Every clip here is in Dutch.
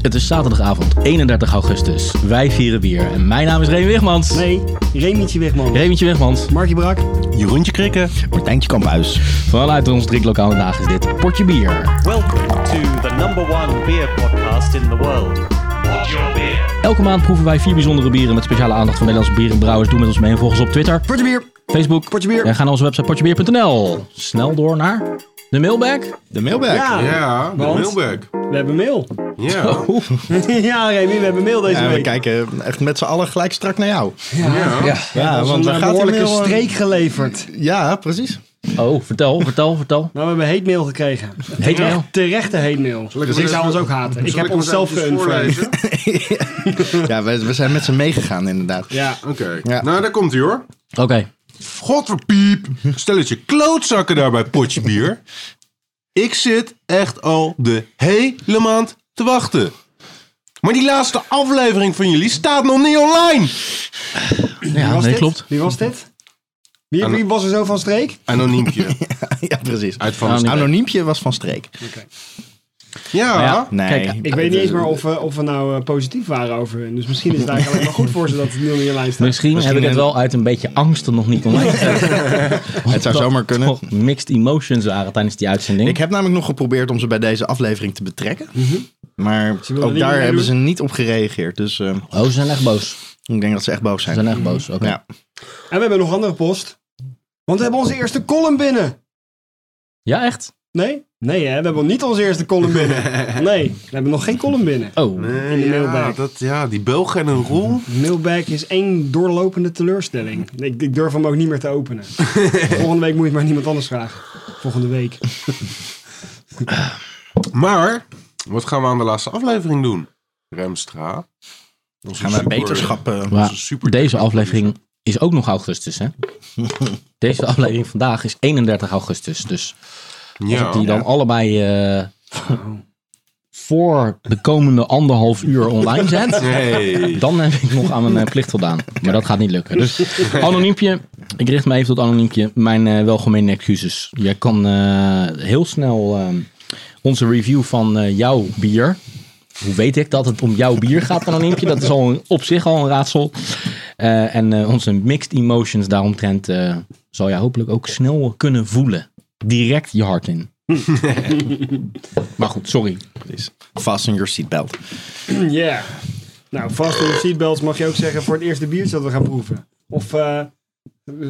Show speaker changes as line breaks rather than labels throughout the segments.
Het is zaterdagavond 31 augustus. Wij vieren bier en mijn naam is Remy Wigmans.
Nee, Remietje Wegman.
Remytje Wigmans.
Markje Brak.
Jeroentje Krikke.
Martijntje Kamphuis.
Vanuit ons drinklokaal vandaag is dit Potje Bier.
Welcome to the number one beer podcast in the world. What's your beer?
Elke maand proeven wij vier bijzondere bieren met speciale aandacht voor Nederlandse bierenbrouwers. Doe met ons mee en volg ons op Twitter,
Potje bier.
Facebook
Potje Bier.
en ga naar onze website potjebier.nl. Snel door naar de mailbag.
De mailbag.
Ja,
Ja, de
Want?
mailbag.
we hebben mail.
Ja.
ja, Remy, we hebben mail deze
Ja, we
week.
kijken echt met z'n allen gelijk strak naar jou.
ja.
Ja,
Dat is
want
een
we
eh,
gaan
behoorlijke streek geleverd.
Ja, precies.
Oh, vertel, vertel, vertel.
Nou, we hebben hate mail gekregen.
Heet mail.
Terechte hate mail.
ik
Dus
hem
ik zou
eens-
ons ook haten. Ik
Zal
heb
hem eens
onszelf
eventjes
geunfriend.
voorlezen?
Ja, we, we zijn met ze meegegaan inderdaad.
Ja.
Oké.
Ja.
Nou, daar komt hij hoor.
Oké.
Godverpiep. Stelletje klootzakken daar bij potje bier. Ik zit echt al de hele maand te wachten. Maar die laatste aflevering van jullie staat nog niet online.
Ja,
Was
nee,
dit?
klopt.
Wie was dit? Wie, wie was er zo van streek?
Anoniempje.
Ah, Ja, precies.
Uit van de
Anoniem.
stad.
Anoniempje was van streek.
Ja.
Ja.
Nee.
Kijk,
Ik weet niet eens meer of, eh, of we nou eh, positief waren over hun. Dus misschien is het eigenlijk alleen maar goed voor ze dat het nul in je lijst staat.
Misschien, heb ik het
een-
wel uit een beetje angst er nog niet online gezet.
Het zou
Dat
zomaar kunnen.
toch mixed emotions waren tijdens die uitzending.
Ik heb namelijk nog geprobeerd om ze bij deze aflevering te betrekken. Maar
wilden
ook
niet
daar
meedoen.
hebben Mhm. ze niet op gereageerd. Dus eh,
Oh, ze zijn echt boos.
ik denk dat ze echt boos
Ze
zijn.
zijn echt boos. Oké.
Ja.
En we hebben nog andere post. Want we hebben onze eerste column binnen.
Ja, echt?
Nee? Nee, hè? we hebben niet onze eerste column binnen. Nee, we hebben nog geen column binnen.
Oh.
Nee,
In de
ja,
mailbag.
dat, ja, die Belgen en een roel.
Mailbag is één doorlopende teleurstelling. Ik, ik durf hem ook niet meer te openen. Volgende week moet je het maar niemand anders vragen. Volgende week.
Maar, wat gaan we aan de laatste aflevering doen? Remstra. Onze
Gaan we
super-
beterschappen.
Maar
Dat is een super-
deze aflevering is ook nog augustus, hè? Deze aflevering vandaag is 31 augustus. Dus als ik
Ja. Oh.
die dan allebei eh, voor de komende anderhalf uur online zet...
Nee.
Dan heb ik nog aan mijn eh, plicht voldaan. Maar dat gaat niet lukken. Dus anoniempje. Ik richt me even tot anoniempje. Mijn eh welgemeende excuses. Jij kan eh, heel snel eh, onze review van eh, jouw bier. Hoe weet ik dat het om jouw bier gaat, anoniempje? Dat is al een- op zich al een raadsel. Eh, en eh, onze mixed emotions daaromtrent eh, zal jij hopelijk ook snel kunnen voelen. Direct je hart in. maar goed, sorry.
Precies. Fasten your seatbelt.
Ja. Nou, vast in de seatbelts mag je ook zeggen voor het eerste biertje dat we gaan proeven. Of eh,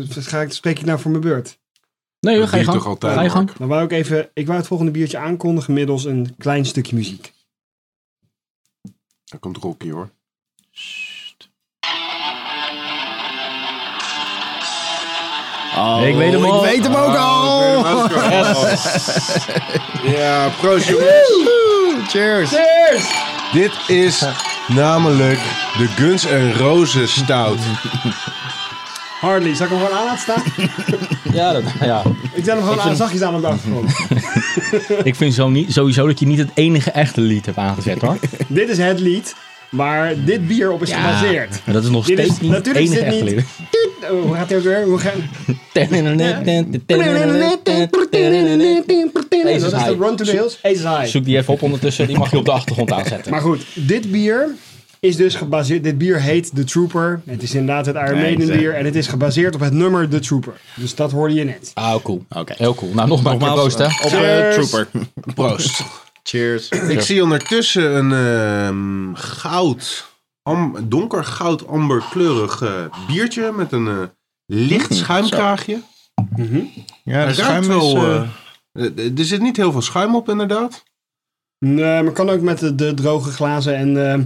ga ik, spreek ik nou voor mijn beurt?
Nee,
Dat
ga je
doe
gang.
je toch altijd,
ga je gang.
Mark?
Dan wou ik even, ik wou het volgende biertje aankondigen middels een klein stukje muziek.
Daar komt Rocky hoor.
ik weet hem al.
Oh, Ik weet hem ook
Oh,
al.
Ja, proost jongens.
Cheers.
Dit is namelijk de Guns N' Roses stout.
Hardly, zal ik hem gewoon aan laten staan?
Ja, dat, ja.
Ik zet hem gewoon aan, zachtjes aan op de achtergrond.
Ik vind zo niet, sowieso dat je niet het enige echte lied hebt aangezet hoor.
dit is het lied waar dit bier op is gebaseerd.
Maar dat is nog
Dit is-
steeds niet het
natuurlijk is
enige
dit
echte
niet-
lied.
Oh, Hoe gaat hij ook weer? Hoe gaat...
Ace
Dat
is
is de
high.
Run to the Hills. Ace is high.
Zoek die even op ondertussen, die mag je op de achtergrond aanzetten.
Maar goed, dit bier is dus gebaseerd... Dit bier heet The Trooper. Het is inderdaad het Iron Maiden
zeg.
bier. En het is gebaseerd op het nummer The Trooper. Dus dat hoorde je net.
Ah, cool. Heel cool. Nou, nogmaals,
Nogmaals,
proost hè.
Op eh,
Cheers.
Trooper.
Proost.
Cheers.
Ik zie ondertussen een ehm, goud, am, donker goud amberkleurig eh, biertje met een eh, licht
Mm,
schuimkraagje.
Ja,
Hij
de
ruikt
schuim is...
wel...
eh,
eh, eh, er zit niet heel veel schuim op inderdaad.
Nee, maar ehm, kan ook met de, de droge glazen en eh,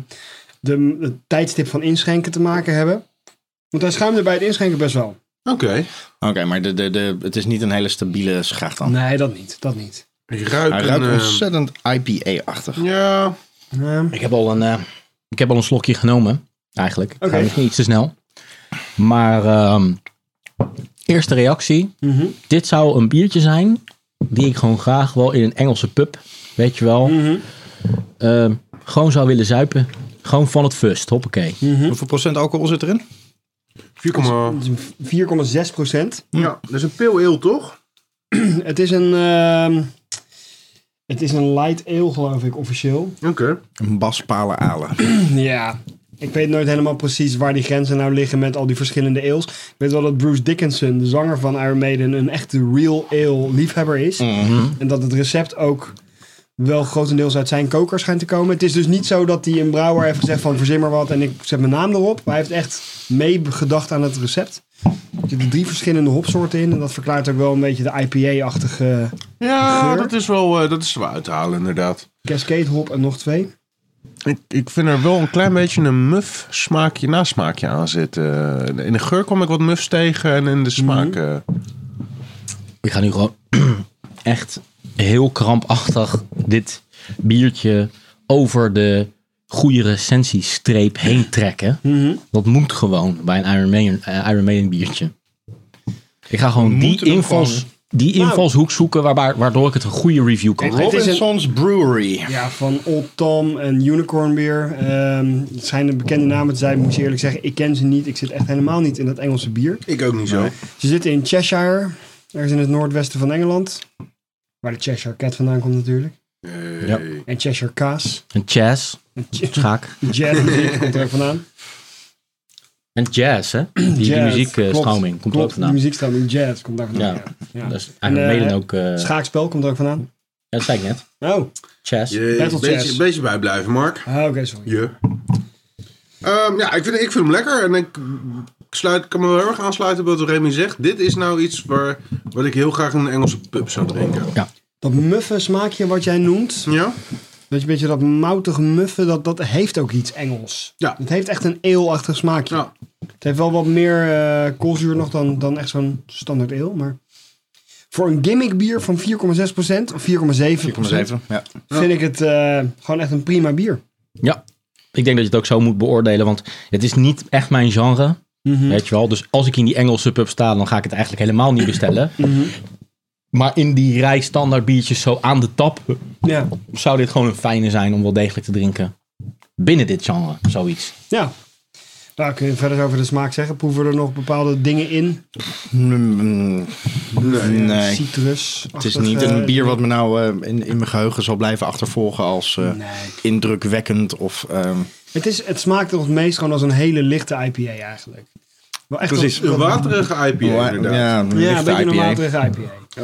de, het tijdstip van inschenken te maken hebben. Want hij schuimde bij het inschenken best wel.
Oké.
Oké, maar de, de, de, het is niet een hele stabiele schacht dan.
Nee, dat niet. Dat niet.
Hij ruikt,
Hij
een,
ruikt
eh,
ontzettend IPA-achtig.
ja,
Eh,
Ik heb al een, eh, ik heb al een slokje genomen, eigenlijk. Ik ga
Oké.
misschien iets te snel. Maar ehm, eerste reactie.
mhm.
Dit zou een biertje zijn die ik gewoon graag wel in een Engelse pub, weet je wel,
Mhm.
eh, gewoon zou willen zuipen. Gewoon van het first, hoppakee.
Hoeveel procent alcohol zit erin?
4,0.
Het is een 4,6
Hm.
procent.
Ja, dat is een peel eel toch?
Het is een... ehm, Het is een light ale, geloof ik, officieel.
Oké.
Een baspalen alen.
Ja, ik weet nooit helemaal precies waar die grenzen nou liggen met al die verschillende ales. Ik weet wel dat Bruce Dickinson, de zanger van Iron Maiden, een echte real ale liefhebber is. En dat het recept ook wel grotendeels uit zijn koker schijnt te komen. Het is dus niet zo dat hij een brouwer heeft gezegd van verzin maar wat en ik zet mijn naam erop. Maar hij heeft echt meegedacht aan het recept. Er zitten drie verschillende hopsoorten in en dat verklaart ook wel een beetje de IPA-achtige
Ja,
Geur?
dat is wel eh, dat is er wel uit te halen, inderdaad.
Cascade hop en nog twee.
Ik, ik vind er wel een klein beetje een muf smaakje, nasmaakje aan zitten. In de geur kom ik wat mufs tegen en in de smaak. eh,
Ik ga nu gewoon echt heel krampachtig dit biertje over de goede recensiestreep heen trekken. Dat moet gewoon bij een Iron Maiden, eh, Iron Maiden biertje. Ik ga gewoon die,
moeten hem
invals, die invalshoek zoeken waarbaar- waardoor ik het een goede review kan geven.
Robinson's Brewery.
Ja, van Old Tom en Unicorn Beer. Ehm, het zijn de bekende namen te zijn, moet je eerlijk zeggen. Ik ken ze niet. Ik zit echt helemaal niet in dat Engelse bier.
Ik ook niet zo.
Ze zitten in Cheshire, ergens in het noordwesten van Engeland. Waar de Cheshire Cat vandaan komt natuurlijk.
Ja.
En Cheshire Kaas.
Een jazz,
En Ch-
schaak.
Jazz muziek komt er ook vandaan.
En jazz, hè? Die, die
Jazz,
muziekstroming komt er ook
klopt,
vandaan.
Die muziekstroming jazz komt daar vandaan.
Ja.
Ja. Ja.
Dat is Iron
En, eh,
Maiden ook... eh,
Schaakspel komt er ook vandaan.
dat zei ik net.
Oh,
Jazz.
Battle chess.
beetje, beetje bijblijven, Mark.
Ah, oké, sorry.
Je. Ehm, ja, ik vind, ik vind hem lekker en ik, ik sluit, kan me wel heel erg aansluiten bij wat Remy zegt. Dit is nou iets waar, wat ik heel graag in een Engelse pub zou drinken.
Dat muffe smaakje wat jij noemt,
Ja?
Dat je een beetje dat moutige muffen, dat, dat heeft ook iets Engels.
Ja. Nou,
Het heeft echt een eelachtig smaakje.
Ja.
Het heeft wel wat meer eh, koolzuur nog dan, dan echt zo'n standaard eel. Maar voor een gimmick bier van 4,6% of 4,7%
4,7. Ja.
vind ik het eh, gewoon echt een prima bier.
Ja, ik denk dat je het ook zo moet beoordelen, want het is niet echt mijn genre.
Mhm.
Weet je wel, dus als ik in die Engelse pub sta, dan ga ik het eigenlijk helemaal niet bestellen.
Mhm.
Maar in die rij standaard biertjes zo aan de tap,
Ja.
zou dit gewoon een fijne zijn om wel degelijk te drinken. Binnen dit genre, zoiets.
ja. Nou, kun je verder over de smaak zeggen? Proeven er nog bepaalde dingen in? Eh,
Mm, Nee.
Citrus.
Het is niet
eh,
een bier wat me nou eh, in, in mijn geheugen zal blijven achtervolgen als eh,
Nee.
indrukwekkend of... ehm,
Het, is, het smaakt toch het meest gewoon als een hele lichte IPA eigenlijk. Wel echt
Precies.
wat-
Een
wat-
waterige IPA,
ja,
inderdaad.
een
Ja, een
lichte
beetje een
IPA.
matige IPA.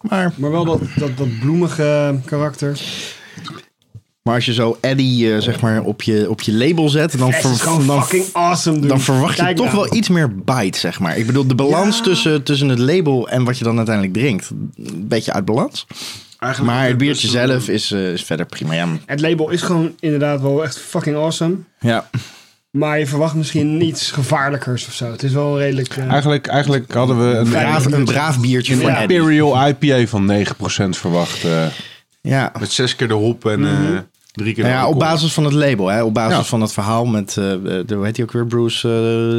Maar,
Maar wel dat, dat, dat bloemige karakter.
maar als je zo Eddie eh, zeg maar op je, op je label zet, dan,
Het is
ver-
gewoon
dan,
fucking awesome, dude.
dan verwacht je
Kijk
toch
nou.
wel iets meer bite, zeg maar. Ik bedoel, de balans
Ja.
tussen, tussen het label en wat je dan uiteindelijk drinkt, een beetje uit balans.
Eigenlijk
Maar
dus
het biertje
is-
zelf is, eh, is verder prima. Ja,
Het label is gewoon inderdaad wel echt fucking awesome.
ja.
Maar je verwacht misschien iets gevaarlijkers of zo. Het is wel redelijk... eh,
Eigenlijk, eigenlijk hadden we een
Braaf, een braaf biertje voor
Ja.
Eddie.
Imperial IPA van 9% verwacht. eh,
Ja.
met zes keer de hop en
Mhm.
eh, drie keer
Nou
de
ja, op
alcohol.
basis van het label, hè? op basis
Ja.
van het verhaal met, eh, eh, de, hoe heet hij ook weer, Bruce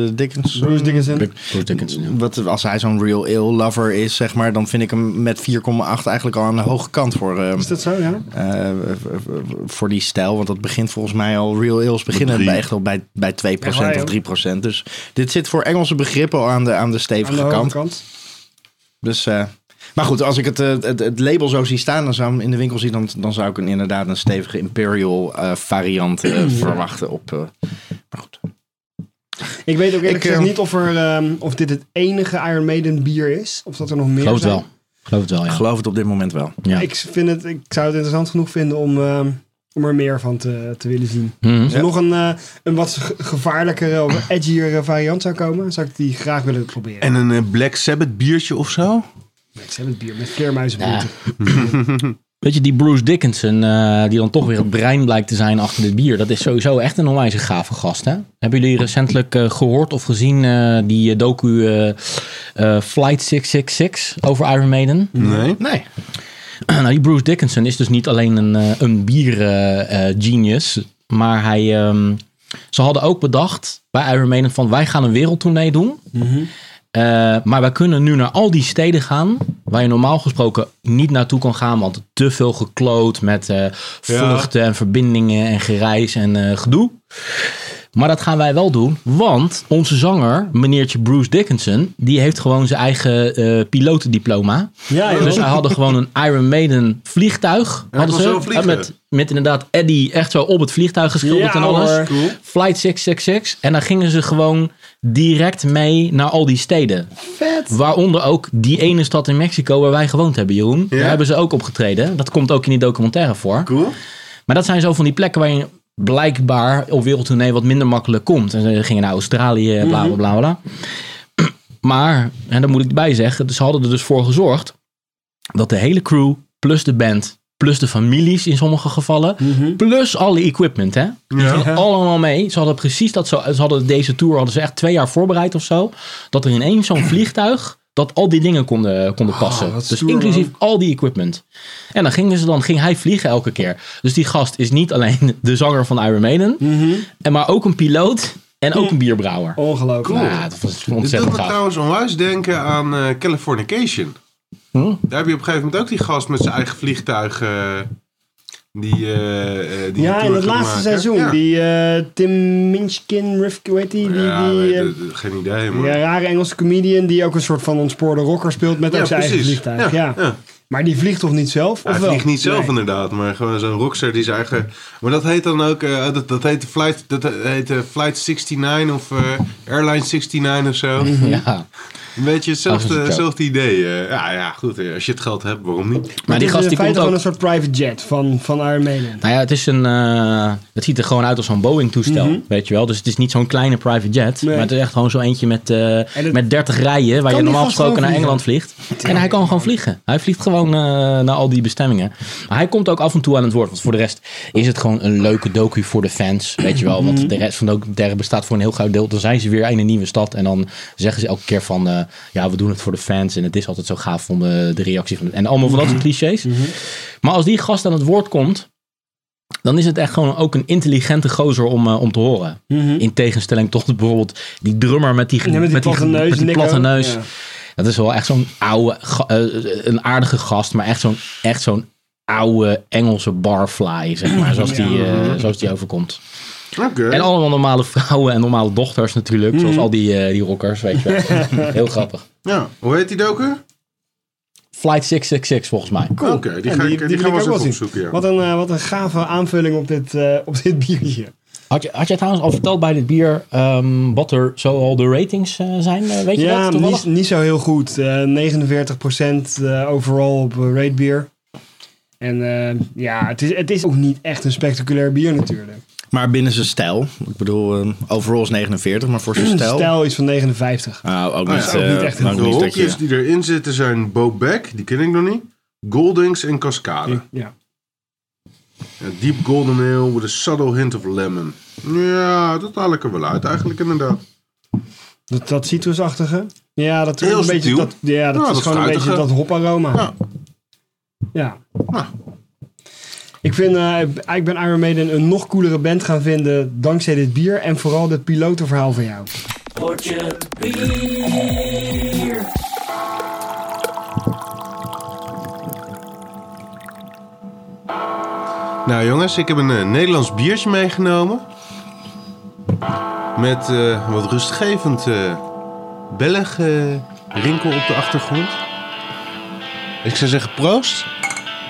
eh, Dickinson?
Bruce Dickinson.
Bruce Dickinson, ja.
Wat, als hij zo'n real ale lover is, zeg maar, dan vind ik hem met 4,8 eigenlijk al aan de hoge kant voor, eh,
Is dat zo, ja?
eh, voor die stijl. Want dat begint volgens mij al, real ales beginnen
drie.
bij echt al bij, bij 2%
Ja, maar,
of 3%. Dus dit zit voor Engelse begrippen al aan de, aan de
Aan
stevige
de hoge
kant.
kant.
Dus, eh, maar goed, als ik het, eh, het, het label zo zie staan, dan zou ik hem in de winkel zien, dan, dan zou ik een, inderdaad een stevige Imperial eh, variant eh, verwachten op. eh, maar goed.
Ik weet ook eerlijk
Ik,
gezegd
eh,
niet of, er, ehm, of dit het enige Iron Maiden bier is. Of dat er nog meer
Ik geloof het
zijn.
wel. Ik Geloof het wel,
Ik
ja.
geloof het op dit moment wel.
ja.
Ik, vind het, ik zou het interessant genoeg vinden om, ehm, om er meer van te, te willen zien.
Mhm.
Als er nog een, eh, een wat ge- gevaarlijkere of edgier variant zou komen, zou ik die graag willen proberen.
En een eh, Black Sabbath biertje of zo?
Ik heb het bier met dus vleermuizenboeten.
Weet je, die Bruce Dickinson, eh, die dan toch weer het brein blijkt te zijn achter dit bier. Dat is sowieso echt een onwijs gave gast, hè? Hebben jullie recentelijk eh, gehoord of gezien eh, die eh, docu eh, eh, Flight 666 over Iron Maiden?
Mhm.
Nee.
Nee.
nou, die Bruce Dickinson is dus niet alleen een, eh, een bier-genius, maar hij, ehm, ze hadden ook bedacht bij Iron Maiden van wij gaan een wereldtournee doen. Eh, maar wij kunnen nu naar al die steden gaan waar je normaal gesproken niet naartoe kan gaan, want te veel gekloot met eh, vluchten en verbindingen en gereis en eh, gedoe. Maar dat gaan wij wel doen, want onze zanger, meneertje Bruce Dickinson, die heeft gewoon zijn eigen eh pilotendiploma.
Ja, joh.
Dus zij hadden gewoon een Iron Maiden vliegtuig. Hadden
kon
ze,
zelf vliegen.
Met, met inderdaad Eddie echt zo op het vliegtuig geschilderd
Ja,
en alles.
hoor.
Cool.
Flight 666. En dan gingen ze gewoon direct mee naar al die steden.
Vet.
Waaronder ook die ene stad in Mexico waar wij gewoond hebben, Jeroen.
Ja.
Daar hebben ze ook opgetreden. Dat komt ook in die documentaire voor.
Cool.
Maar dat zijn zo van die plekken waar je blijkbaar op wereldtournee wat minder makkelijk komt. En ze gingen naar Australië, bla bla bla bla. Maar, en daar moet ik bij zeggen, ze hadden er dus voor gezorgd dat de hele crew, plus de band, plus de families in sommige gevallen, plus alle equipment, hè? Die
Ja.
gingen allemaal mee. Ze hadden precies dat zo, ze hadden deze tour hadden ze echt twee jaar voorbereid of zo. Dat er ineens zo'n vliegtuig, dat al die dingen konden, konden passen.
Ah, wat
dus
stoer,
inclusief
man.
al die equipment. En dan, gingen ze, dan ging hij vliegen elke keer. Dus die gast is niet alleen de zanger van Iron Maiden, en maar ook een piloot en ook een bierbrouwer.
Ongelooflijk.
Ja, dat was
Oh. Dit doet
ontzettend
me
gaaf.
trouwens onwijs denken aan eh, Californication.
Hm?
Daar heb je op een gegeven moment ook die gast met zijn eigen vliegtuig. eh, die, eh, eh, die
Ja,
een
in
tour
het
gaat
laatste
maken.
seizoen.
Ja.
Die eh, Tim Minchkin, Rifkin, weet die? die,
Ja,
die
weet-
eh,
eh, geen idee, man.
die rare Engelse comedian die ook een soort van ontspoorde rocker speelt met
Ja,
ook zijn eigen vliegtuig. Ja.
ja.
Maar die vliegt toch niet zelf? Of
Hij
wel?
vliegt niet zelf
Nee.
inderdaad, maar gewoon zo'n rockster die zijn eigen... Maar dat heet dan ook, eh, dat, dat heet de Flight, dat heet, eh, flight 69 of eh, Airline 69 of zo.
Mhm. Ja.
Een beetje hetzelfde,
Oh, dat is een joke.
hetzelfde idee. eh. ja, ja, goed. eh, Als je het geld hebt, waarom niet?
Maar die
Het is
gast die komt
in feite
ook...
gewoon een soort private jet van, van Iron Maiden.
Nou ja, het is een. eh, het ziet er gewoon uit als zo'n Boeing-toestel. Weet je wel. Dus het is niet zo'n kleine private jet.
Nee.
Maar het is echt gewoon zo eentje met, eh,
dat-
met 30 rijen. Waar je
die
normaal
gast
gesproken naar
gewoon
Engeland vliegt. En hij kan gewoon vliegen. Hij vliegt gewoon eh, naar al die bestemmingen. Maar hij komt ook af en toe aan het woord. Want voor de rest is het gewoon een leuke docu voor de fans. Weet je wel. Want de rest van de documentaire bestaat voor een heel groot deel. Dan zijn ze weer in een nieuwe stad. En dan zeggen ze elke keer van. eh, ja, we doen het voor de fans. En het is altijd zo gaaf om eh, de reactie van. En allemaal van dat soort clichés. Maar als die gast aan het woord komt dan is het echt gewoon ook een intelligente gozer om, eh, om te horen. In tegenstelling tot bijvoorbeeld die drummer met die,
Mhm. Ja, met die platte neus,
met die
Nico.
platte neus.
Ja.
Dat is wel echt zo'n oude, ga- eh, een aardige gast, maar echt zo'n echt zo'n oude Engelse barfly, zeg maar, zoals, die, eh, zoals die overkomt.
Oké.
En allemaal normale vrouwen en normale dochters natuurlijk, zoals
Mhm.
al die, eh, die rockers, weet je wel. Heel grappig.
Ja. Hoe heet die docu?
Flight 666 volgens mij.
Oké, die, ga ik- die, gaan we eens
wil
even
ik ook wel zien.
opzoeken. Ja.
Wat, een, eh, wat een gave aanvulling op dit, eh, op dit biertje.
Had, je, had jij trouwens al verteld bij dit bier ehm, wat er zo al de ratings eh, zijn? Eh, Weet je
Ja,
dat toevallig?
niet, niet zo heel goed. Eh 49% eh, overal op eh, rate bier. En eh, ja, het is, het is ook niet echt een spectaculair bier natuurlijk.
Maar binnen zijn stijl. Ik bedoel, eh, overall is 49, maar voor zijn stijl...
Stijl is van 59.
Nou, ook
Ah,
niet,
ja, ook
eh,
niet echt heel
ook
De
niet dat je-
hopjes die erin zitten zijn Bo Beck, die ken ik nog niet. Goldings en Cascade.
Ja.
Ja, deep golden ale with a subtle hint of lemon. Ja, dat haal ik er wel uit eigenlijk inderdaad.
Dat, dat citrusachtige. Ja, dat,
Heel
een beetje,
subtiel.
dat, ja, dat
Ja,
is
dat
gewoon een beetje
fruitige.
dat hoparoma.
Ja.
Ja.
Nou.
Ik, vind, eh, ik ben Iron Maiden een nog coolere band gaan vinden dankzij dit bier en vooral dit pilotenverhaal van jou.
Nou jongens, ik heb een eh, Nederlands biertje meegenomen. Met eh, wat rustgevend eh bellig eh, rinkel op de achtergrond. Ik zou zeggen proost.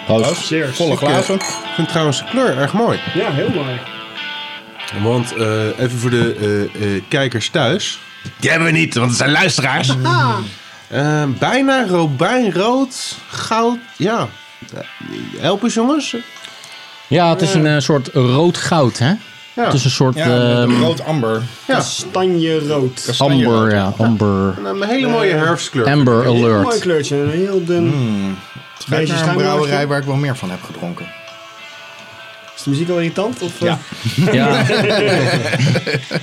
Proost.
Cheers.
Volle glazen.
Ik vind trouwens de kleur erg mooi.
Ja, heel mooi.
Want eh, even voor de eh, eh, kijkers thuis. Die hebben we niet, want het zijn luisteraars. Eh, bijna robijnrood, goud, ja. Eh, Help eens jongens.
Ja, het is een eh, soort rood-goud, hè?
Ja.
Het is een soort
Ja,
eh,
een rood amber.
ja.
Stanje rood.
amber, ja, amber,
Een hele mooie herfstkleur.
amber
Heel mooi
alert.
kleurtje. Een heel dun. Beetje
Kijk Hmm. naar een
schuimlaagje.
brouwerij waar ik wel meer van heb gedronken.
Is de muziek al irritant? Of, eh?
Ja.
Ja.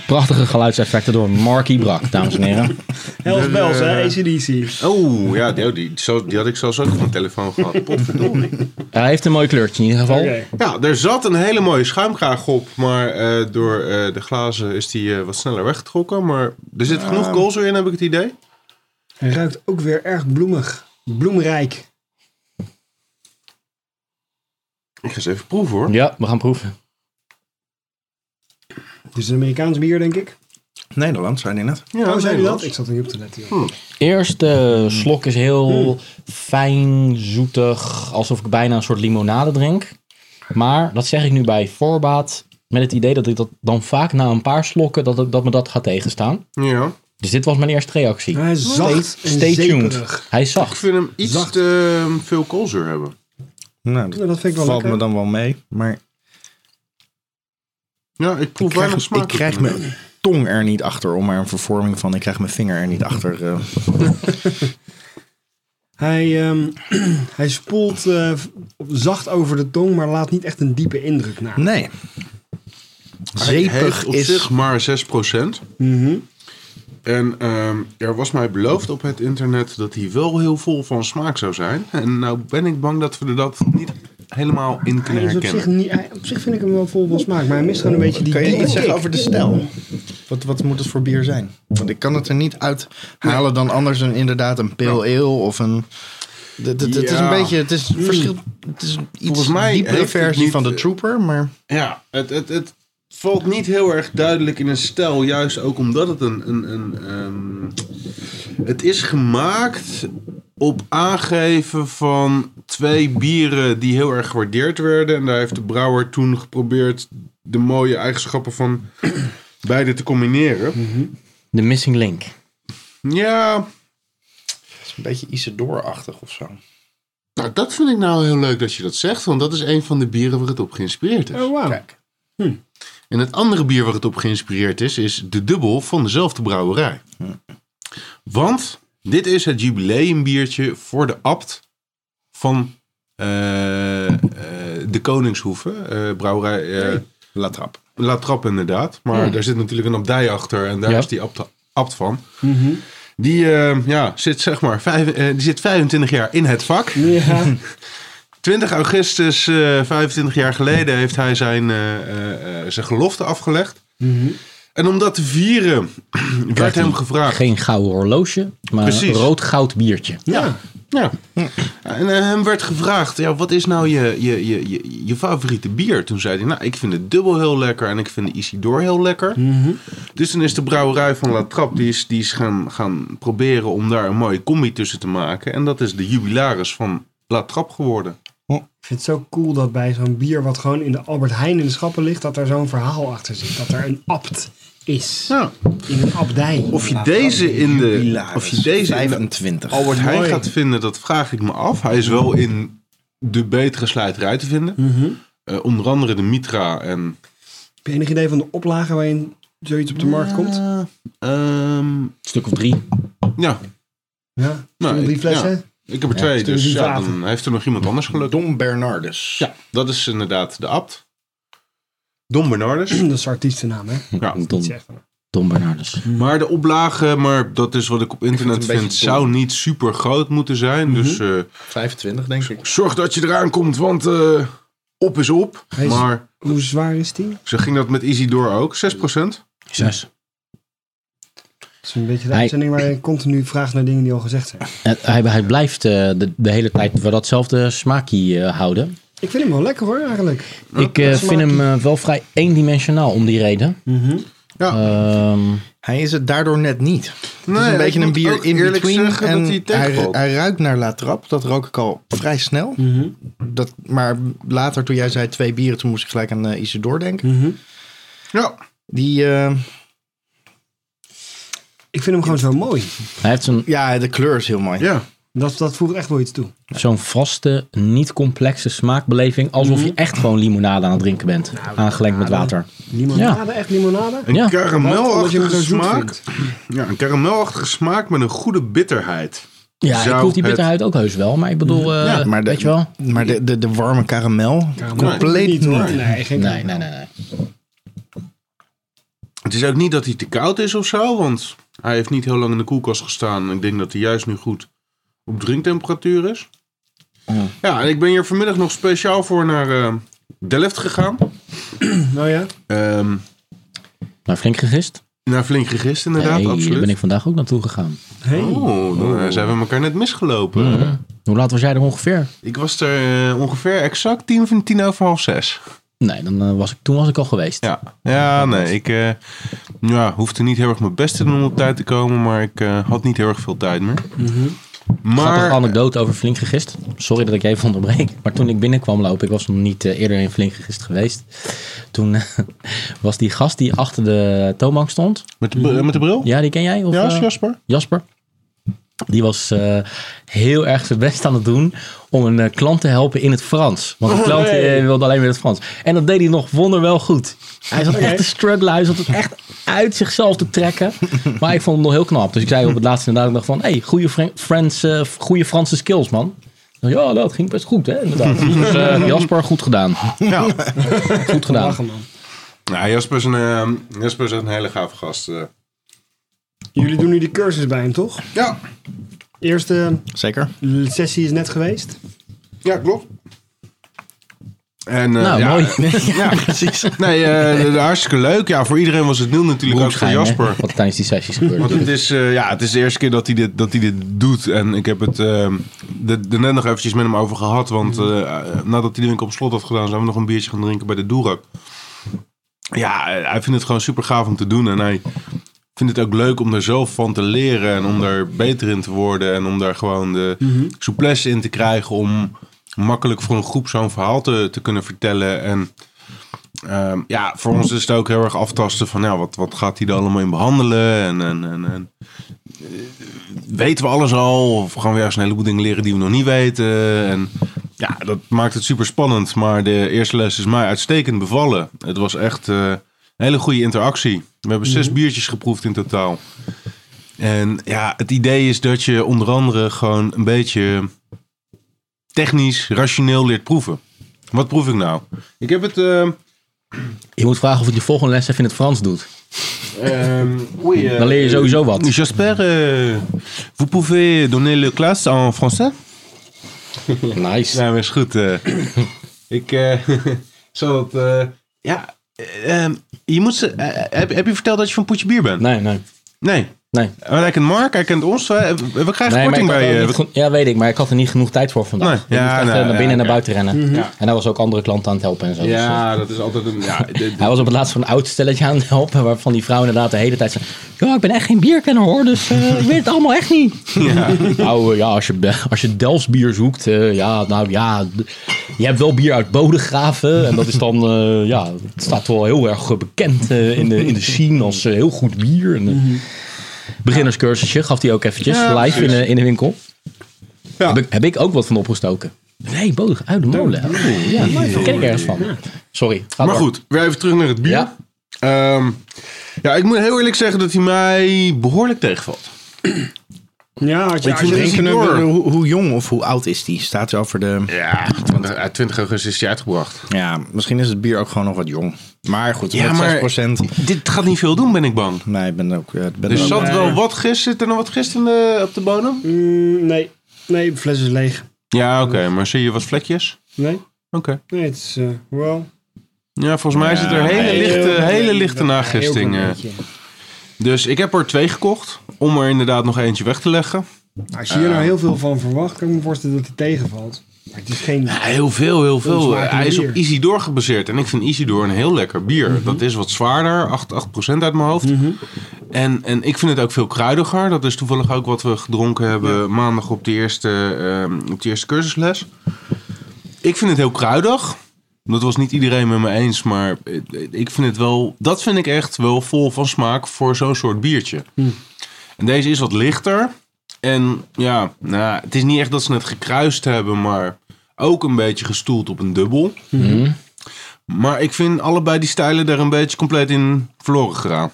Prachtige geluidseffecten door Marky Brak, dames en heren.
Hells Bells, hè? ACDC.
Oh, ja, die, die, zo- die had ik zelfs ook op mijn telefoon gehad. Potverdorie.
Hij heeft een mooi kleurtje in ieder geval.
Oké.
Ja, er zat een hele mooie schuimkraag op, maar eh, door eh, de glazen is die eh, wat sneller weggetrokken. Maar er zit genoeg koolzuur in, heb ik het idee.
Hij ruikt ook weer erg bloemig. Bloemrijk.
Ik ga eens even proeven hoor.
Ja, we gaan proeven.
Dit is een Amerikaans bier, denk ik.
Nederland, zei hij net.
Ja,
oh, zei je dat?
Nederlands.
Ik zat er niet op te letten. joh.
Hmm.
Eerste eh, slok is heel fijn, zoetig, alsof ik bijna een soort limonade drink. Maar dat zeg ik nu bij voorbaat, met het idee dat ik dat dan vaak na een paar slokken, dat, ik- dat me dat gaat tegenstaan.
Ja.
Dus dit was mijn eerste reactie.
Hij is zacht en
Stay tuned.
zeeperig.
Hij is
Ik
zacht.
vind hem iets
Zacht.
te ehm, veel koolzuur hebben.
Nou,
Nou, dat vind ik wel
valt
lekker.
me dan wel mee. Maar
Ja, ik proef
ik
weinig
krijg,
smaak.
ik krijg mijn tong er niet achter, om maar een vervorming van. Ik krijg mijn vinger er niet achter. eh.
Hij, ehm, hij spoelt eh, zacht over de tong, maar laat niet echt een diepe indruk na.
Nee.
Hij heeft
Zeepig
op
is.
zich maar 6%.
Mhm.
En ehm, er was mij beloofd op het internet dat hij wel heel vol van smaak zou zijn. En nou ben ik bang dat we er dat niet helemaal in kunnen
Hij is op,
herkennen.
zich niet, hij- op zich vind ik hem wel vol van smaak, maar hij mist gewoon een beetje die
Kan je
diepe
iets zeggen
kick.
over de stijl? Wat, wat moet het voor bier zijn? Want ik kan het er niet uit halen dan anders een inderdaad een pale ale of een... D- d- d- Het is een
Ja.
beetje, het is een verschil, het is een iets
Hmm. Volgens mij heeft
diepere
het
versie
niet,
van de
eh,
Trooper, maar
Ja, het, het, het valt niet heel erg duidelijk in een stijl. Juist ook omdat het een. een, een ehm, het is gemaakt op aangeven van twee bieren die heel erg gewaardeerd werden. En daar heeft de brouwer toen geprobeerd de mooie eigenschappen van beide te combineren.
De missing link.
Ja,
het is een beetje Isidore-achtig of zo.
nou, dat vind ik nou heel leuk dat je dat zegt. Want dat is een van de bieren waar het op geïnspireerd is.
Oh, wauw.
Kijk.
En het andere bier waar het op geïnspireerd is, is de dubbel van dezelfde brouwerij. Want dit is het jubileumbiertje voor de abt van eh, eh, de Koningshoeve. eh, brouwerij eh,
La Trap.
La Trappe inderdaad. Maar daar zit natuurlijk een abdij achter en daar
Ja.
is die abt, abt van. Die, eh, ja, zit zeg maar vijf- eh, die zit 25 jaar in het vak.
Ja.
20 augustus, eh, 25 jaar geleden, heeft hij zijn, eh, eh, eh, zijn gelofte afgelegd. En om dat te vieren, werd hem gevraagd.
Geen gouden horloge, maar
Precies.
een rood-goud biertje.
Ja. ja. En eh, hem werd gevraagd, ja, wat is nou je, je, je, je, je favoriete bier? Toen zei hij, nou, ik vind het dubbel heel lekker en ik vind de Isidor heel lekker. Dus toen is de brouwerij van La Trappe, die is, die is gaan, gaan proberen om daar een mooie combi tussen te maken. En dat is de jubilaris van La Trappe geworden.
Ik vind het zo cool dat bij zo'n bier wat gewoon in de Albert Heijn in de schappen ligt, dat er zo'n verhaal achter zit. Dat er een abt is.
Ja.
In een abdij.
Of je deze in de... Of je deze in de
25.
Albert Heijn
Mooi.
gaat vinden, dat vraag ik me af. Hij is wel in de betere slijterij te vinden. Eh, onder andere de Mitra en...
Heb je enig idee van de oplage waarin zoiets op de markt komt?
Eh, Ehm,
stuk of drie.
ja,
Ja.
Nou,
drie
ik-
flessen?
ja. ik heb er twee,
stuur
dus
die
ja,
vaten.
dan heeft er nog iemand anders gelukt.
Dom Bernardus.
Ja, dat is inderdaad de abt. Don Bernardus.
Dat is de artiestennaam, hè?
Ja.
Don, Don Bernardus.
Maar de oplage, maar dat is wat ik op internet
een
vind,
beetje dom.
zou niet super groot moeten zijn. Dus eh,
25 denk ik.
zorg dat je eraan komt, want eh, op is op.
Hij is-
Maar
Hoe zwaar is die?
zo ging dat met Isidor ook, 6%.
Zes.
Dat is een beetje de
Hij-
uitzending waar je continu vraagt naar dingen die al gezegd zijn.
Eh, Hij, hij blijft eh, de, de hele tijd wel datzelfde smaakje eh, houden.
Ik vind hem wel lekker hoor, eigenlijk.
Ik eh, vind hem eh, wel vrij eendimensionaal om die reden.
Mhm. Ja.
Ehm,
Hij is het daardoor net niet. Het
Nee,
is een
ik
beetje een
moet
bier
ook
in
eerlijk
between.
zeggen dat hij tegenvalt.
hij ruikt naar La Trap. Dat rook ik al vrij snel. dat, maar later, toen jij zei twee bieren, toen moest ik gelijk aan eh Isidore denken.
Ja.
Die, eh,
Ik vind hem gewoon zo mooi.
hij heeft zo'n,
ja, de kleur is heel mooi.
Ja.
Dat, dat voegt echt wel iets toe.
zo'n vaste, niet complexe smaakbeleving. Alsof
Mhm.
je echt gewoon limonade aan het drinken bent. aangelengd met water.
Limonade, echt limonade?
Een
Ja.
Omdat je hem zo
karamelachtige
zoet
smaak.
vindt.
Ja, een karamelachtige smaak met een goede bitterheid.
Ja, ik
Zou
proef die
het-
bitterheid ook heus wel. Maar ik bedoel, eh,
Ja,
Maar de,
weet je wel?
Maar de, de, de warme karamel, compleet niet.
Nee, geen
Nee, nee, nee. nee.
Het is ook niet dat hij te koud is of zo, want hij heeft niet heel lang in de koelkast gestaan. Ik denk dat hij juist nu goed op drinktemperatuur is. Ja, en ik ben hier vanmiddag nog speciaal voor naar eh, Delft gegaan.
Nou ja.
Ehm,
Maar flink gegist.
naar Flink Gegist inderdaad,
Nee, daar
absoluut.
ben ik vandaag ook naartoe gegaan.
Hey.
Oh, dan eh, zijn we elkaar net misgelopen.
Hoe laat was jij er ongeveer?
Ik was er eh, ongeveer exact tien, van tien over half zes.
Nee, dan eh, was ik, toen was ik al geweest.
Ja, ja nee, ik eh, ja, hoefde niet heel erg mijn best te doen om op tijd te komen, maar ik eh, had niet heel erg veel tijd meer.
Grappige
Maar
anekdote over flink gegist. Sorry dat ik even onderbreek. Maar toen ik binnenkwam lopen, ik was nog niet eh, eerder in flink gegist geweest. Toen eh, was die gast die achter de toonbank stond.
met de, br- met de bril?
Ja, die ken jij? Of,
Ja, is
eh,
Jasper.
Jasper. Die was eh, heel erg zijn best aan het doen om een eh, klant te helpen in het Frans.
Oh,
Want de klant eh, wilde alleen weer het Frans. En dat deed hij nog wonderwel goed. Hij zat echt te struggelen. Hij zat het echt uit zichzelf te trekken. Maar ik vond hem nog heel knap. Dus ik zei op het laatste inderdaad nog van... hey, goede, Fran- Frans, eh, goede Franse skills, man. Ik dacht, Ja, dat ging best goed, hè? Inderdaad. Dus, eh, Jasper, goed gedaan.
Ja.
Goed gedaan.
Lachen, man.
Nou, Jasper is een, eh, Jasper is echt een hele gave gast. eh.
Jullie doen nu die cursus bij hem, toch?
Ja.
Eerste
Zeker.
sessie is net geweest.
ja, klopt. En, eh,
Nou,
ja,
mooi.
Ja, precies.
Nee, eh, de- de- hartstikke leuk. Ja, voor iedereen was het nieuw natuurlijk, ook voor
Beroepsgeheim, hè,
Jasper.
Wat tijdens die sessies gebeurde.
Want het is, eh, ja, het is de eerste keer dat hij dit, dat hij dit doet. En ik heb het eh, er er net nog eventjes met hem over gehad. Want eh, nadat hij de winkel op slot had gedaan, zijn we nog een biertje gaan drinken bij de Doerak. Ja, eh, hij vindt het gewoon super gaaf om te doen. En hij vindt het ook leuk om er zelf van te leren. En om daar beter in te worden. En om daar gewoon de souplesse in te krijgen. Om makkelijk voor een groep zo'n verhaal te, te kunnen vertellen. En Ehm, ja, voor ons is het ook heel erg aftasten van ja, wat, wat gaat hij er allemaal in behandelen? En, en, en, en eh, weten we alles al? Of gaan we juist een heleboel dingen leren die we nog niet weten? En ja, dat maakt het super spannend. Maar de eerste les is mij uitstekend bevallen. Het was echt eh, een hele goede interactie. We hebben zes biertjes geproefd in totaal. En ja, het idee is dat je onder andere gewoon een beetje technisch, rationeel leert proeven. Wat proef ik nou? Ik heb het. ehm,
Je moet vragen of het je volgende les even in het Frans doet.
Ehm, oui, euh,
Hmm. Dan leer je sowieso wat.
J'espère. euh, vous pouvez donner le classe en français?
Nice.
Ja, maar is goed. eh. ik eh, zal het. eh, ja. eh, ehm, je moet ze, eh, heb, heb je verteld dat je van Poetje Bier bent?
Nee, nee.
Nee.
Nee.
Maar Hij kent Mark, hij kent ons. eh, We, we krijgen
maar
korting
ik had
bij eh,
ook
je.
niet geno- ja, weet ik, maar ik had er niet genoeg tijd voor vandaag.
Nee.
Ik
Ja,
moest echt
nou,
eh, naar
ja,
binnen en naar
ja. Mhm.
buiten rennen. En hij was ook andere klanten aan het helpen en zo. Dus, eh,
ja, dat is altijd een. Ja, de-
hij was op het laatst van een oud stelletje aan het helpen, waarvan die vrouw inderdaad de hele tijd zei... Ja, ik ben echt geen bierkenner hoor, dus eh, ik weet het allemaal echt niet. Nou eh, ja, als je, be- als je Delfts bier zoekt, eh, ja, nou ja, d- je hebt wel bier uit Bodegraven. En dat is dan, eh, ja, het staat wel heel erg eh, bekend eh, in, de, in de scene als eh, heel goed bier. En, eh, beginnerscursusje gaf hij ook eventjes,
Ja,
live in,
precies.
de- in de winkel.
Ja.
Heb, ik, heb ik ook wat van opgestoken. Nee, Bodig, uit de molen. Oh, Ja, daar ken ik ergens van. Sorry. ga
maar
door.
goed, weer even terug naar het bier.
Ja.
Ehm, ja, ik moet heel eerlijk zeggen dat hij mij behoorlijk tegenvalt.
Ja, had je,
Ik
als je-
vind-
Drinken,
Senior.
eh, hoe, hoe jong of hoe oud is die? Staat wel voor de...
Ja, 20, 20 augustus is hij uitgebracht.
Ja, misschien is het bier ook gewoon nog wat jong. Maar goed,
Ja,
met
maar-
6%.
Dit gaat niet veel doen, ben ik bang.
Nee, ik ben ook... eh, ik ben
Er
ook-
Dus zat wel wat gist. Zit er nog wat gist in de- op de bodem?
Mm, nee. nee, de fles is leeg.
Ja, oké. maar zie je wat vlekjes?
Nee,
Oké.
nee het is eh, wel...
Ja, volgens mij zit er hele
heel-
lichte, hele lichte
heel
nagisting.
klein
eh.
beetje.
Dus ik heb er twee gekocht. Om er inderdaad nog eentje weg te leggen.
Als je hier nou heel veel van verwacht, kan ik me voorstellen dat hij tegenvalt. Maar het is geen...
Nou, Heel veel, heel veel.
Ons maakt een
Hij is op
bier.
Isidor gebaseerd. En ik vind Isidor een heel lekker bier. Dat is wat zwaarder, 8, 8% uit mijn hoofd. En, en ik vind het ook veel kruidiger. Dat is toevallig ook wat we gedronken hebben maandag op de eerste, ehm, op de eerste cursusles. Ik vind het heel kruidig. Dat was niet iedereen met me eens, maar eh, ik vind het wel, dat vind ik echt wel vol van smaak voor zo'n soort biertje. En deze is wat lichter. En ja, nou, het is niet echt dat ze het gekruist hebben, maar ook een beetje gestoeld op een dubbel.
Mhm.
Maar ik vind allebei die stijlen daar een beetje compleet in verloren gegaan.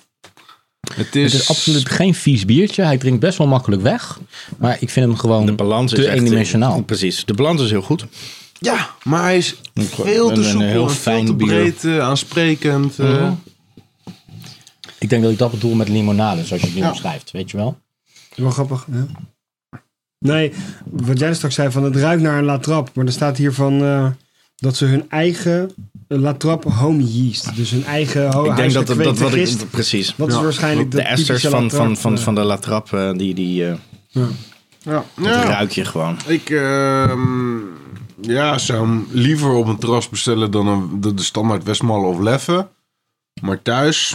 Het is,
Het is absoluut geen vies biertje. Hij drinkt best wel makkelijk weg. Maar ik vind hem gewoon
De balans is
te
echt...
eendimensionaal.
Precies. De balans is heel goed.
Ja, maar hij is veel
een-
te
een
soepel,
heel
en veel
fijn
te
bier.
breed, eh, aansprekend. eh.
Mhm. Ik denk dat ik dat bedoel met limonade, zoals je het nu omschrijft. Weet je wel?
Wel grappig, ja. Nee, wat jij straks zei, van het ruikt naar een latrap. Maar er staat hier van eh, dat ze hun eigen latrap home yeast. Dus hun eigen ho-
ik denk dat, dat,
huisgekweekte
dat wat
gist.
ik... Precies.
Dat is waarschijnlijk
De esters van, van, van, van de latrap, eh, die, die eh,
Ja.
dat
Ja.
ruik je gewoon.
Ik, ehm, Ja, ik zou hem liever op een terras bestellen dan een, de, de standaard Westmalle of Leffe. Maar thuis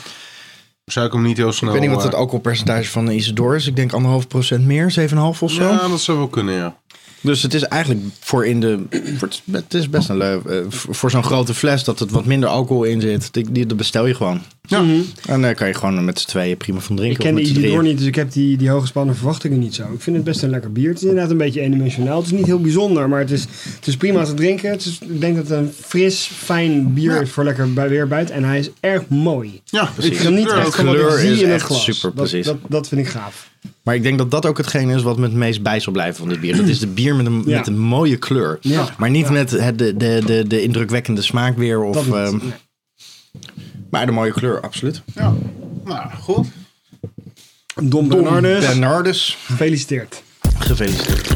zou ik hem niet heel snel...
Ik weet niet wat het
eh,
alcoholpercentage van Isidore is. Ik denk anderhalf procent meer, 7,5 of zo.
Ja, dat zou wel kunnen, ja.
Dus het is eigenlijk voor in de. Voor het, het is best een leuk. eh, Voor voor zo'n grote fles dat het wat minder alcohol in zit. Die, die, dat bestel je gewoon.
Ja.
En daar kan je gewoon met z'n tweeën prima van
Ik
drinken.
ken
of
de
met z'n
Isidor
drieën.
niet, dus ik heb die, die hooggespannen verwachtingen niet zo. Ik vind het best een lekker bier. Het is inderdaad een beetje eendimensionaal. Het is niet heel bijzonder, maar het is, het is prima te drinken. Het is, ik denk dat het een fris, fijn bier is voor lekker bij weer buiten. En hij is erg mooi.
Ja,
Ik
precies.
kan niet
Ja,
echt van wat ik
kleur
zie
is
in het
echt
glas.
super
dat,
precies.
Dat, dat vind ik gaaf.
Maar ik denk dat dat ook hetgeen is wat me het meest bij zal blijven van dit bier. Dat is de bier met een,
Ja.
met een mooie kleur.
Ja.
Maar niet met het, de, de, de, de indrukwekkende smaak weer.
Dat
Of,
niet.
ehm,
Nee.
maar de mooie kleur, absoluut.
Ja. Nou, goed.
Dom Bernardus,
Bernardus,
gefeliciteerd.
gefeliciteerd.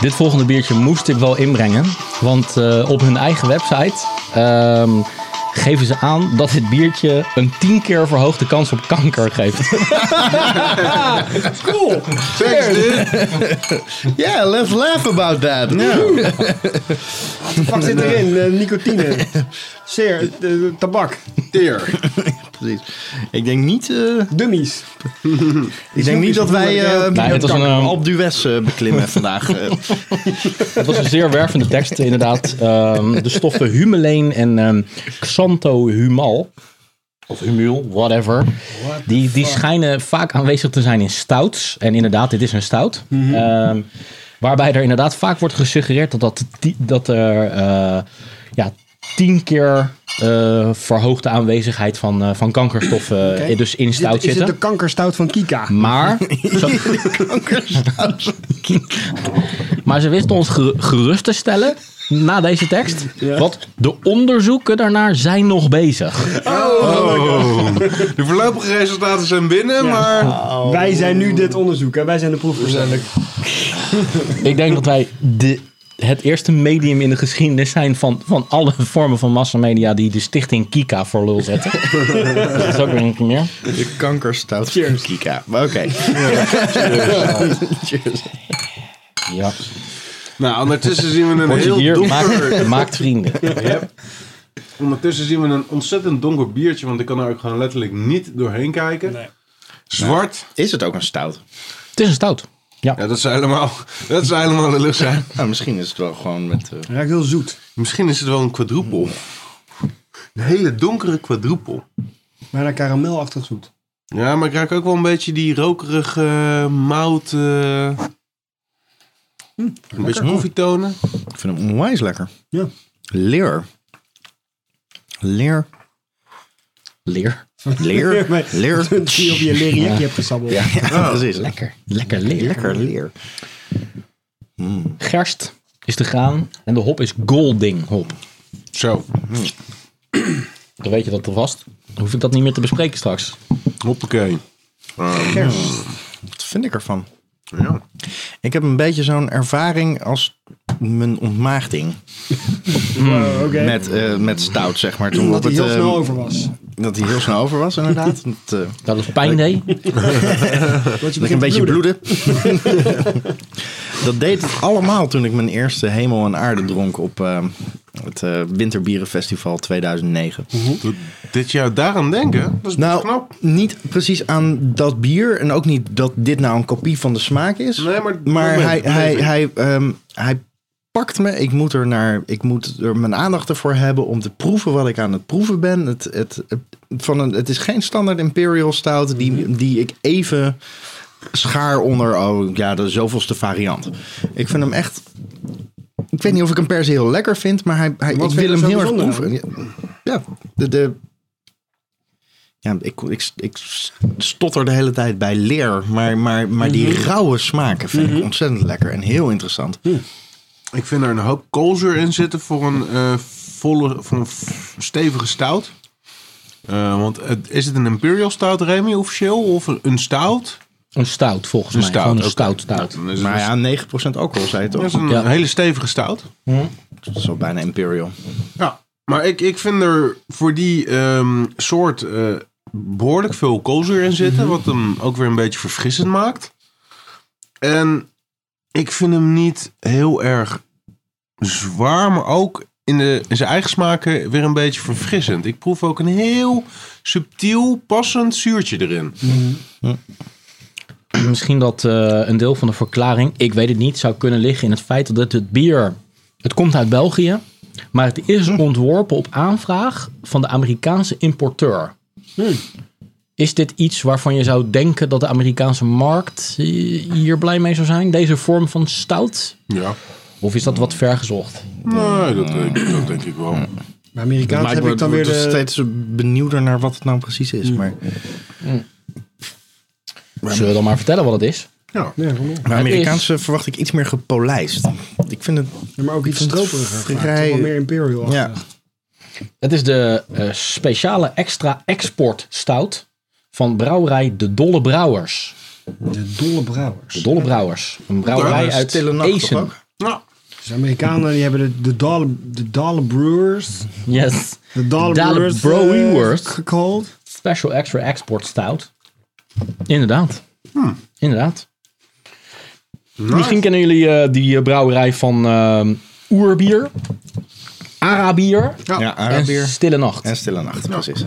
Dit volgende biertje moest ik wel inbrengen. Want eh, op hun eigen website ehm, geven ze aan dat dit biertje een 10 keer verhoogde kans op kanker geeft.
Cool!
Thanks, dude.
Yeah, let's laugh about that.
Wat zit erin? Eh, nicotine. Zeer, eh, tabak.
Teer.
Precies. Ik denk niet, eh,
Dummies.
ik denk niet dat wij eh
Nee, het was een, eh,
Alp d'Huez eh, beklimmen vandaag. eh.
Het was een zeer wervende tekst, inderdaad. Ehm, de stoffen humeleen en ehm xanthohumal, of humul, whatever, die, die schijnen vaak aanwezig te zijn in stouts. En inderdaad, dit is een stout.
Mhm.
Ehm, waarbij er inderdaad vaak wordt gesuggereerd dat, dat, ti- dat er eh, ja, tien keer eh, verhoogde aanwezigheid van, eh, van kankerstoffen eh, dus in
Is het,
stout
is het
zitten.
de kankerstout van Kika?
Maar, zo- maar ze wisten ons geru- gerust te stellen na deze tekst. Want de onderzoeken daarnaar zijn nog bezig.
Oh. De voorlopige resultaten zijn binnen, maar...
Wij zijn nu dit onderzoek en wij zijn de proefpersoon.
Ik denk dat wij de, het eerste medium in de geschiedenis zijn van, van alle vormen van massamedia die de stichting Kika voor lul zetten. dat is ook weer een keer meer.
De kankerstout.
Cheers.
Kika. Maar Oké. Cheers.
Ja.
Nou, ondertussen zien we een
Portje
heel
bier
donker...
maakt, maakt vrienden.
Yep. Ondertussen zien we een ontzettend donker biertje, want ik kan er ook gewoon letterlijk niet doorheen kijken. Zwart.
Is het ook een stout?
Het is een stout. Ja.
Ja, dat zou helemaal, dat zou helemaal de lucht zijn.
Nou, misschien is het wel gewoon met... eh,
Ruikt heel zoet.
Misschien is het wel een quadrupel. Een hele donkere quadrupel.
Bijna karamelachtig zoet.
Ja, maar ik ruik ook wel een beetje die rokerige eh, mout. eh, een beetje koffietonen.
ik vind hem onwijs lekker.
Ja.
Leer. Leer.
Leer.
Leer. Leer.
Die op je Oh. leriakje hebt gesabbeld.
Ja, dat is het.
Lekker. Lekker leer.
Lekker leer.
Gerst is de graan en de hop is Golding hop.
Zo,
Dan weet je dat alvast. Dan hoef ik dat niet meer te bespreken straks.
hoppakee.
Wat vind ik ervan?
Ja.
Ik heb een beetje zo'n ervaring als mijn ontmaagding
Wow, Oké.
met, eh, met stout, zeg maar. Toen
Omdat
op
hij heel
het,
snel
eh,
over was.
Dat hij heel snel over was, inderdaad. Dat, eh,
Dat is pijn deed.
Dat je
dat ik
begint
een beetje
te bloeden.
bloeden. dat deed het allemaal toen ik mijn eerste hemel en aarde dronk op eh, het eh, Winterbierenfestival 2009.
Hm.
Doet dit jou daaraan denken? Dat is
Nou,
knap.
niet precies aan dat bier en ook niet dat dit nou een kopie van de smaak is.
Nee, maar-
maar
moment,
hij, hij,
beleving.
hij, ehm, hij pakt me. Ik moet, er naar, ik moet er mijn aandacht ervoor hebben om te proeven wat ik aan het proeven ben. Het, het, het- van een, het is geen standaard Imperial Stout
Mhm.
die, die ik even schaar onder. Oh ja, de zoveelste variant. Ik vind hem echt. Ik weet niet of ik hem per se heel lekker vind, maar hij, hij, ik
vind je
wil
er
hem
zo
heel erg
bijzonder
proeven. Ja, de, de, ja, ik, ik, ik stotter de hele tijd bij leer. Maar, maar, maar die rauwe smaken vind ik ontzettend lekker en heel interessant.
Ik vind er een hoop koolzuur in zitten voor een, eh, volle, voor een f- stevige stout. Eh, want het- is het een Imperial stout, Remy, officieel? Of een stout?
Een stout volgens mij.
stout,
Gewoon een
oké.
stout stout.
Dan is
Maar
het-
ja, 9% alcohol zei je
dat
toch?
is een
Ja.
hele stevige stout.
Dat is al bijna imperial.
Ja, maar ik, ik vind er voor die ehm, soort eh, behoorlijk veel koolzuur in zitten.
Mhm.
Wat hem ook weer een beetje verfrissend maakt. En ik vind hem niet heel erg zwaar, maar ook in, de, in zijn eigen smaken weer een beetje verfrissend. Ik proef ook een heel subtiel, passend zuurtje erin.
Misschien dat eh, een deel van de verklaring, ik weet het niet, zou kunnen liggen in het feit dat het bier, het komt uit België, maar het is
Hm.
ontworpen op aanvraag van de Amerikaanse importeur.
Hm.
Is dit iets waarvan je zou denken dat de Amerikaanse markt eh, hier blij mee zou zijn? Deze vorm van stout?
Ja,
Of is dat wat vergezocht?
nee, dat, denk ik- dat denk ik wel.
Bij Amerikaans
Maar
heb
Dus
ik
ik word,
dan
word
weer de...
toch steeds benieuwder naar wat het nou precies is. Maar,
Zullen we dan maar vertellen wat het is?
Ja.
Ja, kom op.
maar Amerikaanse verwacht ik iets meer gepolijst. Ik vind het...
Ja, maar ook iets
vind het
stroperiger. vaak.
vrij-
Toch wel meer imperial.
Ja,
Het is de eh, speciale extra export stout van brouwerij De Dolle Brouwers.
De dolle brouwers.
De Dolle Brouwers. Een brouwerij
Ja,
uit
Stille Nacht toch
Essen.
ook?
Nou,
Dus de Amerikanen die hebben de, de, Dale, de Dale Brewers.
Yes.
De Dale,
Dale
Brewers. eh,
Brewers.
Gecalled.
Special Extra Export Stout. Inderdaad.
Hmm.
Inderdaad. Misschien kennen jullie eh, die eh, brouwerij van ehm, Oerbier, Arabier
Oh,
en
ja Arabier
Stille Nacht.
en Stille Nacht, precies.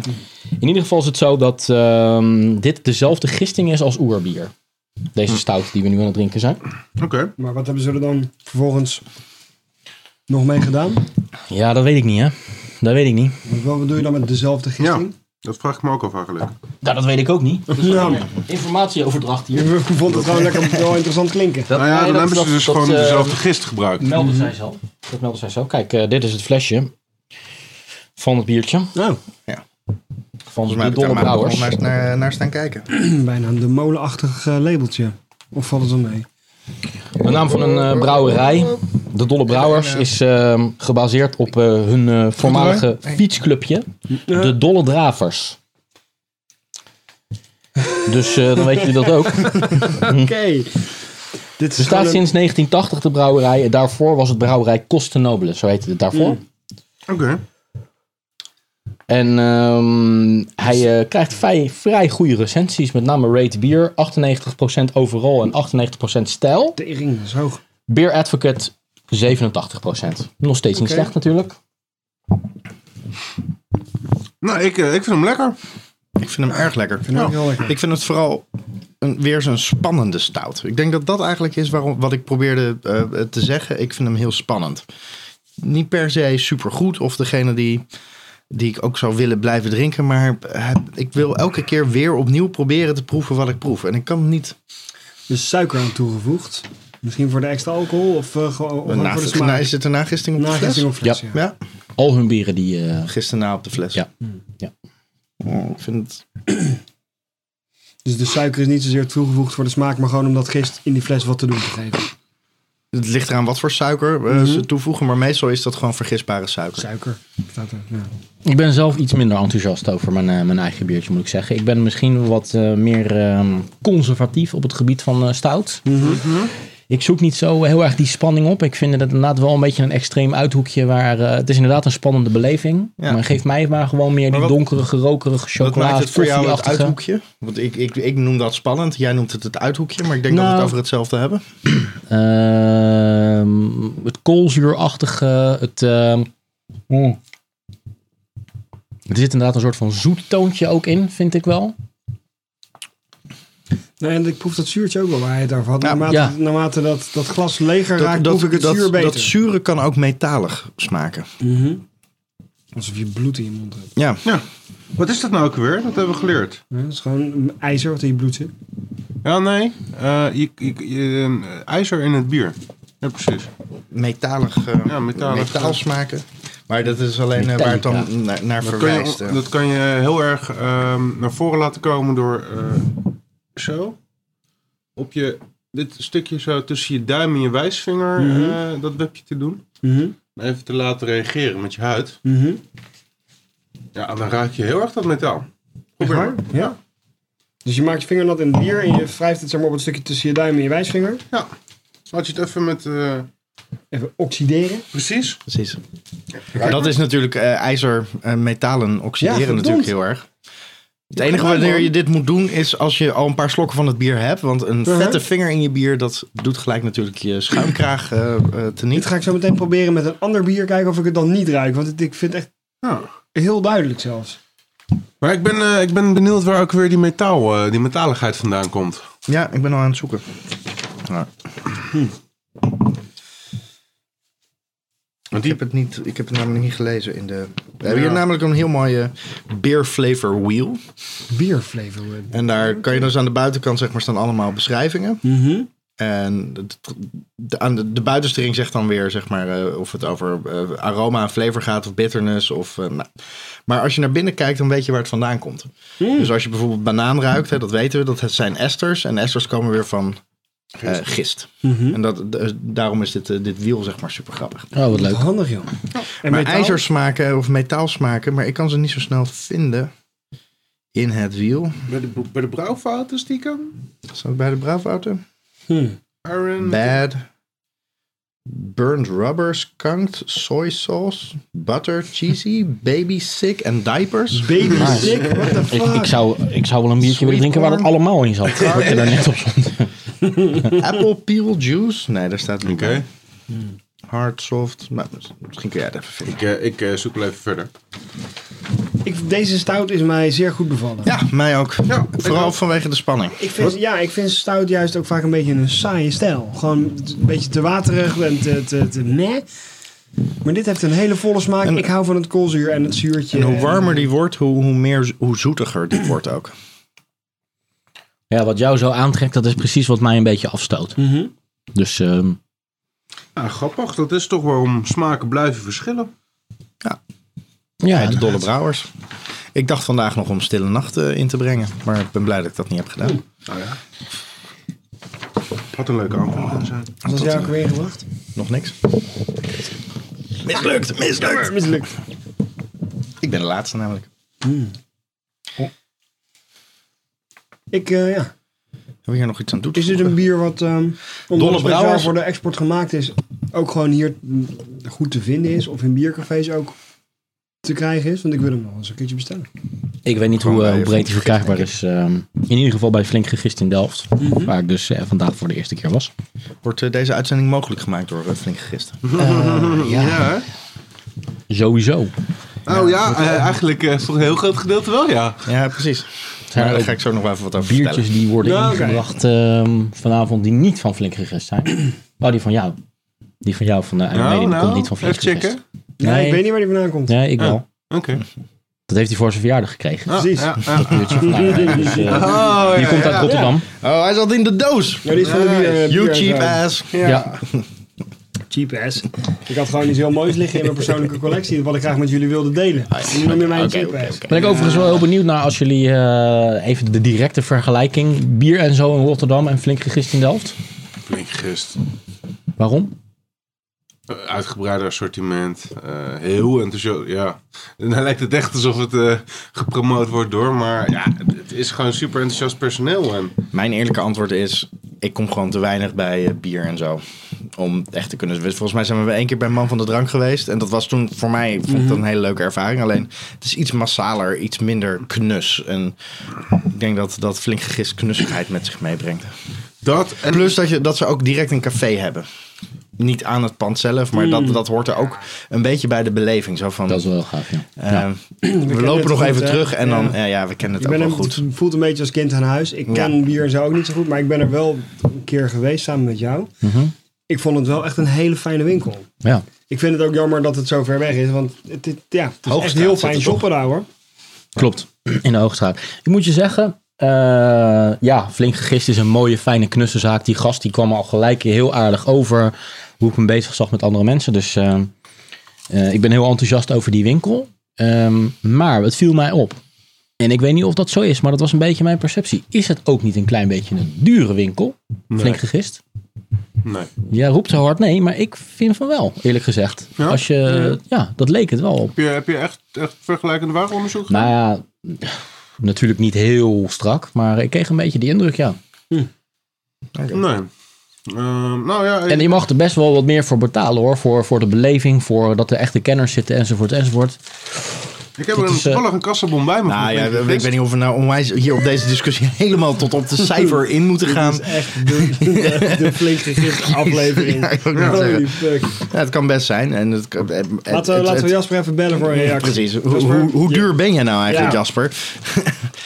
In ieder geval is het zo dat ehm, dit dezelfde gisting is als Oerbier. Deze stout die we nu aan het drinken zijn.
oké.
Maar wat hebben ze er dan vervolgens nog mee gedaan?
Ja, dat weet ik niet hè. Dat weet ik niet.
Want Wat bedoel je dan met dezelfde
Ja,
gisting?
dat vraag ik me ook af eigenlijk.
Nou, dat weet ik ook niet.
Nou,
Informatieoverdracht hier.
je vond het gewoon lekker wel interessant klinken.
Dat,
Nou ja,
nee,
dan
dat-
hebben ze
dat-
dus
dat,
gewoon
eh,
dezelfde gist gebruikt.
Melden zij zo. Dat melden zij zo. Kijk, eh, dit is het flesje van het biertje.
Nou,
Van
Volgens mij
de
heb ik
Dolle
daar maar
Brouwers.
nog naar, naar, naar staan kijken.
bijna een de molenachtig eh, labeltje. Of valt het wel mee?
De naam van een eh, brouwerij, de Dolle Brouwers, is ehm, gebaseerd op eh, hun eh, voormalige fietsclubje,
Eh.
de Dolle Dravers. Dus eh, dan weet jullie dat ook.
Oké. Dit is
Bestaat
gewoon een-
sinds 1980 de brouwerij. En Daarvoor was het brouwerij Kostenobele, zo heette het daarvoor.
Mm.
Oké.
En ehm, hij eh, krijgt vrij, vrij goede recensies, met name Rate Beer. 98% overal en 98% stijl.
Tering, dat is hoog.
Beer Advocate 87%. Nog steeds niet
Oké.
slecht natuurlijk.
Nou, ik, eh, ik vind hem lekker.
Ik vind hem erg lekker. Ik vind,
hem ook heel lekker.
Ik vind het vooral een, weer zo'n spannende stout. Ik denk dat dat eigenlijk is waarom, wat ik probeerde eh, te zeggen. Ik vind hem heel spannend. Niet per se supergoed of degene die, die ik ook zou willen blijven drinken. Maar eh, ik wil elke keer weer opnieuw proberen te proeven wat ik proef. En ik kan niet...
Dus suiker aan toegevoegd. Misschien voor de extra alcohol of eh, gewoon of gewoon
Na,
voor de
na,
smaak.
is het er nagisting op de fles?
Nagisting op fles,
Ja.
ja.
Ja,
Al hun bieren die... eh,
gisteren na op de fles.
Ja. Ja.
Oh, ik vind het...
Dus de suiker is niet zozeer toegevoegd voor de smaak, maar gewoon om dat gist in die fles wat te doen te geven.
Het ligt eraan wat voor suiker eh, ze toevoegen, maar meestal is dat gewoon vergisbare suiker.
Suiker staat er. Ja.
Ik ben zelf iets minder enthousiast over mijn, eh, mijn eigen biertje, moet ik zeggen. Ik ben misschien wat eh, meer ehm, conservatief op het gebied van eh, stout.
Mhm.
Ik zoek niet zo heel erg die spanning op. Ik vind het inderdaad wel een beetje een extreem uithoekje. Waar, eh, het is inderdaad een spannende beleving.
Ja.
Maar geef mij maar gewoon meer die
Maar wat-
donkere, gerokerige
Wat
chocolade.
maakt het voor jou het
koffieachtige.
uithoekje? Want ik, ik, ik noem dat spannend. Jij noemt het het uithoekje, maar ik denk dat we
Nou.
het over hetzelfde hebben.
Ehm, het koolzuurachtige. Het, ehm, mm. Er zit inderdaad een soort van zoet toontje ook in, vind ik wel.
Nee, en ik proef dat zuurtje ook wel waar hij het over had.
Ja,
Naarmate,
ja.
naarmate dat, dat glas leger raakt, proef ik het
dat,
zuur beter.
dat zure kan ook metalig smaken.
Mhm. Alsof je bloed in je mond hebt.
Ja,
Ja. Wat is dat nou ook weer? Dat hebben we geleerd.
Ja, dat is gewoon een ijzer wat in je bloed zit.
Ja, nee. Eh, je, je, je- eh, ijzer in het bier. Ja, precies.
metalig, eh
Ja, metalig.
metaal smaken. Maar dat is alleen eh, waar het
Metallica.
dan naar, naar
Dat kan,
verwijst.
je,
eh.
dat kan je heel erg ehm, naar voren laten komen door eh, zo. Op je, dit stukje zo tussen je duim en je wijsvinger, eh, dat webje te doen.
Mhm.
En Even te laten reageren met je huid.
Mhm.
Ja, dan raak je heel erg dat metaal. Probeer maar.
Ja. Dus je maakt je vinger nat in het bier en je wrijft het zeg maar, op het stukje tussen je duim en je wijsvinger.
Ja. Laat je het even met... eh,
Even oxideren.
precies.
Precies. Dat is natuurlijk eh, ijzer, eh, metalen
Ja,
oxideren
verdomd.
natuurlijk heel erg. Het enige wanneer je dit moet doen is als je al een paar slokken van het bier hebt. Want een vette vinger in je bier, dat doet gelijk natuurlijk je schuimkraag eh eh,
Dit
teniet.
ga ik zo meteen proberen met een ander bier. Kijken of ik het dan niet ruik. Want het- ik vind het echt
Ah.
heel duidelijk zelfs.
Maar ik ben, eh, ik ben benieuwd waar ook weer die, metaal, eh, die metaligheid vandaan komt.
Ja, ik ben al aan het zoeken. Ja.
Want
Ik,
die,
heb het niet, ik heb het namelijk niet gelezen in de... We hebben hier namelijk een heel mooie beer flavor wheel.
Bierflavor. eh.
En daar kan je dus aan de buitenkant zeg maar staan allemaal beschrijvingen.
Mhm.
En het- de, aan de, de buitenstring zegt dan weer zeg maar, eh, of het over eh, aroma en flavor gaat of bitterness. Of, eh, nou. Maar als je naar binnen kijkt, dan weet je waar het vandaan komt.
Mhm.
Dus als je bijvoorbeeld banaan ruikt, hè, dat weten we, dat het zijn esters. En esters komen weer van eh, gist.
Mhm.
En dat, d- daarom is dit, eh, dit wiel zeg maar super grappig.
Oh, wat leuk.
Handig joh. En
Maar
metaal?
ijzersmaken of metaalsmaken, maar ik kan ze niet zo snel vinden in het wiel.
bij, de, bij de brouwfouten stiekem?
Staat het bij de Bravouten?
Aaron?
Bad. Burned rubber, skunked, soy sauce, butter, cheesy, baby sick en diapers.
Baby
Nice.
sick. What the
Ik,
fuck?
ik, zou, ik zou wel een biertje willen drinken waar dat
corn.
allemaal in zat. Wat je daar net op stond.
Apple peel juice. Nee, daar staat niet
Oké,
bij. Hard, soft. Maar misschien kun jij het even vinden.
ik, eh, ik eh, zoek wel even verder.
Ik- deze stout is mij zeer goed bevallen.
Ja, mij ook.
Ja, ik
Vooral
ook.
vanwege de spanning.
Ik vind, ja, ik vind stout juist ook vaak een beetje een saaie stijl. Gewoon t- een beetje te waterig en te, te, te nee. Maar dit heeft een hele volle smaak.
En-
ik hou van het koolzuur en het zuurtje.
En hoe warmer die wordt, hoe, hoe, meer, hoe zoetiger die wordt ook.
Ja, wat jou zo aantrekt, dat is precies wat mij een beetje afstoot.
Mhm.
Dus ehm,
Ah, grappig, dat is toch waarom smaken blijven verschillen.
ja,
Bij de Dolle
inderdaad.
Brouwers. Ik dacht vandaag nog om Stille Nacht eh, in te brengen. Maar ik ben blij dat ik dat niet heb gedaan.
Nou ja. Had een leuke aanvulling kunnen zijn.
Wat was jou ook weer gebracht?
Nog niks. Mislukt, mislukt.
Misselijk.
Ik ben de laatste namelijk.
Ik, eh, ja.
Hebben we hier nog iets aan toe te
Is dit een
voegen?
bier wat ehm
Dolle
onder speciaal
Brouwers.
voor de export gemaakt is, ook gewoon hier mm, goed te vinden is? Of in biercafés ook te krijgen is? Want ik wil hem nog eens een keertje bestellen.
Ik weet niet
Gewoon
hoe, eh,
bij
hoe breed die
Flink Gegist,
verkrijgbaar is. ehm, in ieder geval bij Flink Gegist in Delft.
Mhm.
Waar ik dus eh, vandaag voor de eerste keer was.
Wordt eh, deze uitzending mogelijk gemaakt door eh, Flink Gisteren?
Ah,
Ja, hè?
Sowieso.
Nou ja, eh, eigenlijk eh, is voor een heel groot gedeelte wel,
Ah,
ja.
Ja, precies.
Zijn
Maar
er
daar
ook
ga ik zo nog wel even wat over
biertjes
vertellen.
die worden
Ja, oké.
ingebracht ehm, vanavond die niet van Flink Gegist zijn? oh, die van jou. Die van jou van de
nou,
Eindmeding komt niet van Flink
even checken.
Gegist.
Nee,
Nee.
ik weet niet waar die vandaan komt.
Nee, ik wel.
Oké.
Dat heeft hij voor zijn verjaardag gekregen.
Ah,
Precies.
ja, ja.
Dat biertje van Eindmeding. Dus, eh,
Oh, ja,
die komt uit
ja.
Rotterdam.
Oh, hij zat in de doos.
Maar die is van de bier. eh,
You
bier-
cheap
zo.
ass.
Ja.
Cheap ass. Ik had gewoon iets heel moois liggen in mijn persoonlijke collectie, wat ik graag met jullie wilde delen. Niet meer mijn
Oké,
cheap
oké,
ass.
oké.
Ben ik overigens wel heel benieuwd naar als jullie eh, even de directe vergelijking. Bier en zo in Rotterdam en Flink Gegist in Delft.
Flink gist.
Waarom?
Eh, Uitgebreider assortiment. eh, heel enthousiast. Ja. En dan lijkt het echt alsof het eh, gepromoot wordt door. Maar ja, het is gewoon super enthousiast personeel. En
Mijn eerlijke antwoord is, ik kom gewoon te weinig bij eh, bier en zo. Om echt te kunnen... Volgens mij zijn we één keer bij Man van de Drank geweest. En dat was toen voor mij vond
Mhm.
ik dat een hele leuke ervaring. Alleen, het is iets massaler, iets minder knus. En ik denk dat dat flink gegist knussigheid met zich meebrengt.
dat en
Plus dat, je, dat ze ook direct een café hebben. Niet aan het pand zelf, maar
Mm.
dat, dat hoort er ook een beetje bij de beleving. Zo van,
Dat is wel heel gaaf, ja.
eh,
het
We lopen nog
goed,
even
hè?
terug en dan,
Ja.
ja, ja, we kennen
Ik
het ook
ben
wel
hem,
goed.
het voelt een beetje als kind aan huis. Ik
Ja.
ken bier en zo ook niet zo goed, maar ik ben er wel een keer geweest samen met jou.
Mhm.
Ik vond het wel echt een hele fijne winkel.
ja.
Ik vind het ook jammer dat het zo ver weg is, want het, het- ja, het is echt
Hoogstraat
heel
zit
fijn
het
shoppen daar hoor.
Klopt, in de Hoogstraat. Ik moet je zeggen, eh, ja, Flink Gegist is een mooie, fijne, knusse zaak. Die gast die kwam al gelijk heel aardig over hoe ik hem bezig zag met andere mensen. Dus eh, eh, ik ben heel enthousiast over die winkel. Ehm, maar het viel mij op. En ik weet niet of dat zo is, maar dat was een beetje mijn perceptie. Is het ook niet een klein beetje een dure winkel? Flink Gegist?
Nee.
Jij roept zo hard nee, maar ik vind van wel, eerlijk gezegd.
Ja?
Als je, ja, dat leek het wel op.
Heb je, heb je echt, echt vergelijkend waaronderzoek gedaan?
Nou ja, natuurlijk niet heel strak, maar ik kreeg een beetje die indruk, ja.
Nee. Ehm, nou ja, ik-
En je mag er best wel wat meer voor betalen hoor, voor, voor de beleving, voor dat er echte kenners zitten enzovoort enzovoort.
Ik heb
Dat
er een
is, eh,
toevallig een kassabon bij me.
Nou ja,
gevonden.
ik weet niet of we nou onwijs hier op deze discussie helemaal tot op de cijfer in moeten gaan.
Dit is echt de, de, de flink gegifte
Ja,
aflevering.
ik wou net
Holy
zeggen.
fuck.
Ja, het kan best zijn. En het, het- het-
Laten we,
het-
laten we
het-
Jasper even bellen voor een reactie.
Precies. Hoe,
Jasper?
hoe, hoe duur ben jij nou eigenlijk,
Ja.
Jasper?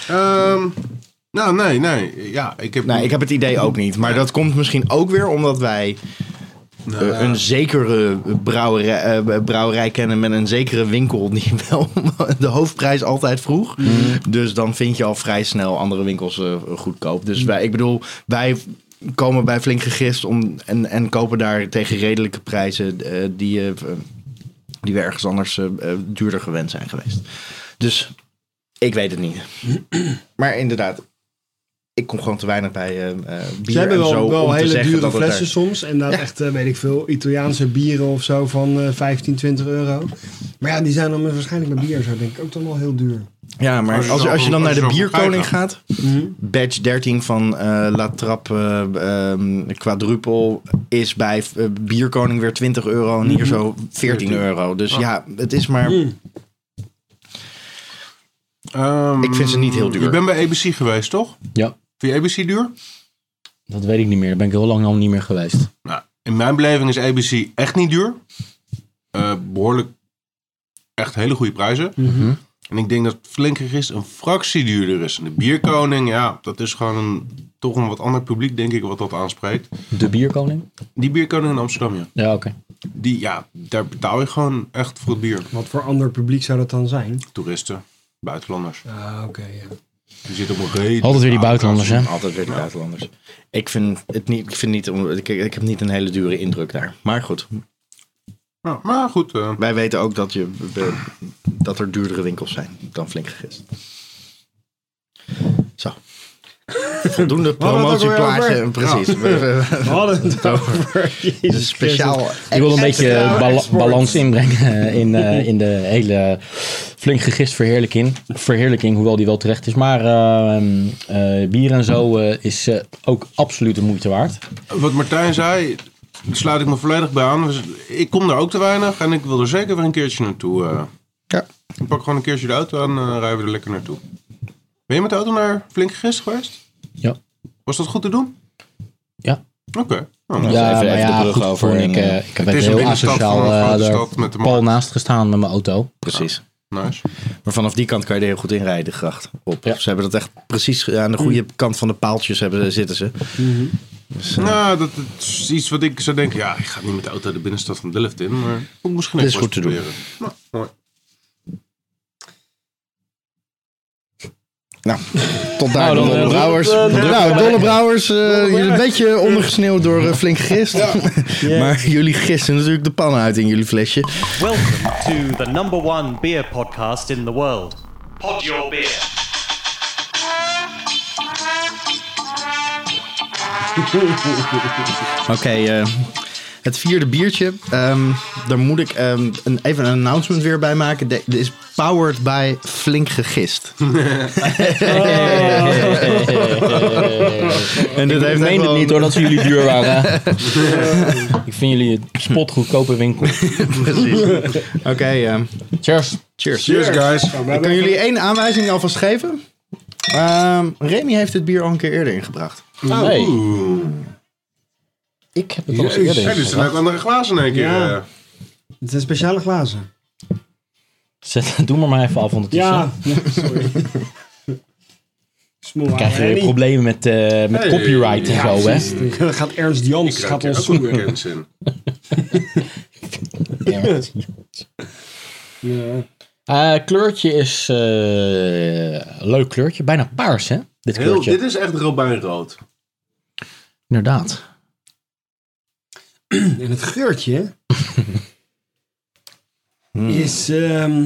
Ehm, nou, nee, nee. Ja, ik heb...
Nou, ik heb het idee ook niet. Maar dat komt misschien ook weer omdat wij eh, een zekere brouwerij, eh, brouwerij kennen met een zekere winkel die wel de hoofdprijs altijd vroeg. Dus dan vind je al vrij snel andere winkels eh, goedkoop. Dus wij, ik bedoel, wij komen bij Flink Gegist om, en, en kopen daar tegen redelijke prijzen eh, die, eh, die we ergens anders eh, eh, duurder gewend zijn geweest. Dus ik weet het niet. maar inderdaad, ik kom gewoon te weinig bij eh, eh, bier
Ze hebben
en zo
wel, wel
om te
hele
zeggen
dure
dat het er-
flessen soms. En dat echt, eh, weet ik veel, Italiaanse bieren of zo van eh, 15, 20 euro. Maar ja, die zijn dan waarschijnlijk met bier zo, denk ik, ook dan wel heel duur.
Ja, maar
Als je
als,
zo-
als je dan
als
naar
je
de
zo
bierkoning
voorbij
gaat,
Mhm.
badge 13 van eh, La Trappe eh, ehm, quadruple is bij eh, bierkoning weer 20 euro en hier
Mhm.
zo 14 euro. Dus
Ah.
ja, het is maar...
Ehm,
ik vind ze niet heel duur.
Je bent bij ABC geweest, toch?
Ja,
Vind je ABC duur?
dat weet ik niet meer. Daar ben ik heel lang al niet meer geweest.
Nou, in mijn beleving is ABC echt niet duur. Eh, behoorlijk, echt hele goede prijzen.
Mhm.
En ik denk dat Flinkregist een fractie duurder is. En de Bierkoning, ja, dat is gewoon een, toch een wat ander publiek, denk ik, wat dat aanspreekt.
De bierkoning?
Die Bierkoning in Amsterdam, ja.
Ja, oké.
Die, ja, daar betaal je gewoon echt voor het bier.
Wat voor ander publiek zou dat dan zijn?
Toeristen, buitenlanders.
Ah, oké, ja.
Die zitten op een reden.
Altijd weer die buitenlanders, hè?
Altijd weer de buitenlanders. Ik vind het niet, ik vind niet, om- ik, ik heb niet een hele dure indruk daar. Maar goed,
Ja, maar goed, eh,
wij weten ook dat, je, we- dat er duurdere winkels zijn dan flink gegist. Zo. Voldoende
hadden het ook alweer
promotieplaatje.
over.
Precies.
We hadden het over.
Het is
Jezus
speciaal.
Ik wil een beetje
Extra
eh, bala-
export.
balans inbrengen eh, in, eh, in de hele flink gegist verheerlijking. verheerlijking. Hoewel die wel terecht is. Maar eh, eh, bier en zo eh, is eh, ook absoluut de moeite waard.
wat Martijn zei, daar sluit ik me volledig bij aan. Dus ik kom daar ook te weinig en ik wil er zeker weer een keertje naartoe. eh.
Ja.
Ik pak gewoon een keertje de auto aan en rijden we er lekker naartoe. Ben je met de auto naar Flink Gist geweest?
Ja.
Was dat goed te doen?
Ja.
Oké. Nou, mooi.
even-
maar
even de brug
goed,
over
Ik,
en,
eh,
eh,
ik heb
Het
het
is een
heel
binnenstad
asociaal
van een grote
eh,
stad
daar
met de
pal
markt.
naast gestaan met mijn auto.
Precies.
nice.
Ah. Maar vanaf die kant kan je er heel goed inrijden, de gracht op.
Ja.
Ze hebben dat echt precies eh, aan de goede kant van de paaltjes hebben, zitten ze.
Nou, dat, dat is iets wat ik zou denken. Ja, ik ga niet met de auto de binnenstad van Delft in, maar ook misschien
Dit
even
is goed te doen.
proberen. Nou, mooi.
Nou, tot daar
Nou,
de
dan,
Dolle
eh,
Brouwers.
eh, eh,
nou, Dolle Brouwers, eh, jullie een beetje ondergesneeuwd door eh, flink gist. maar jullie gisten natuurlijk de pan uit in jullie flesje.
Welcome to the number one beer podcast in the world. Pod Your Beer.
Oké, eh, het vierde biertje. ehm, daar moet ik ehm, een, even een announcement weer bij maken. De- Dit is powered by flink gegist. en dit
Ik
heeft
meen
echt wel
het
een-
niet hoor, dat ze jullie duur waren. ik vind jullie een spotgoedkope winkel.
Precies. Oké, ehm,
Cheers.
cheers.
Cheers, guys.
Ik kan jullie één aanwijzing alvast geven. Ehm, Remy heeft dit bier al een keer eerder ingebracht.
Nee,
Oeh.
ik heb het al eens
Jezus.
eerder
Hey, dit zijn
gezegd.
uit andere glazen in één keer.
Ja.
eh.
Het zijn speciale glazen.
Zet- Doe maar maar even af ondertussen.
Ja, ja, sorry. Smoel
Dan krijg je weer
aan.
problemen met, eh, met
Hey.
copyright en
Ja,
zo, hè?
Precies. Dan gaat Ernst Jans
Ik
gaat
ruik hier
ons
ook wel weer kennis in.
Ja.
Ja.
Eh, kleurtje is eh, leuk kleurtje. Bijna paars, hè? Dit
Heel,
kleurtje.
dit is echt robijnrood.
Inderdaad.
En het geurtje
Hmm.
is... ehm,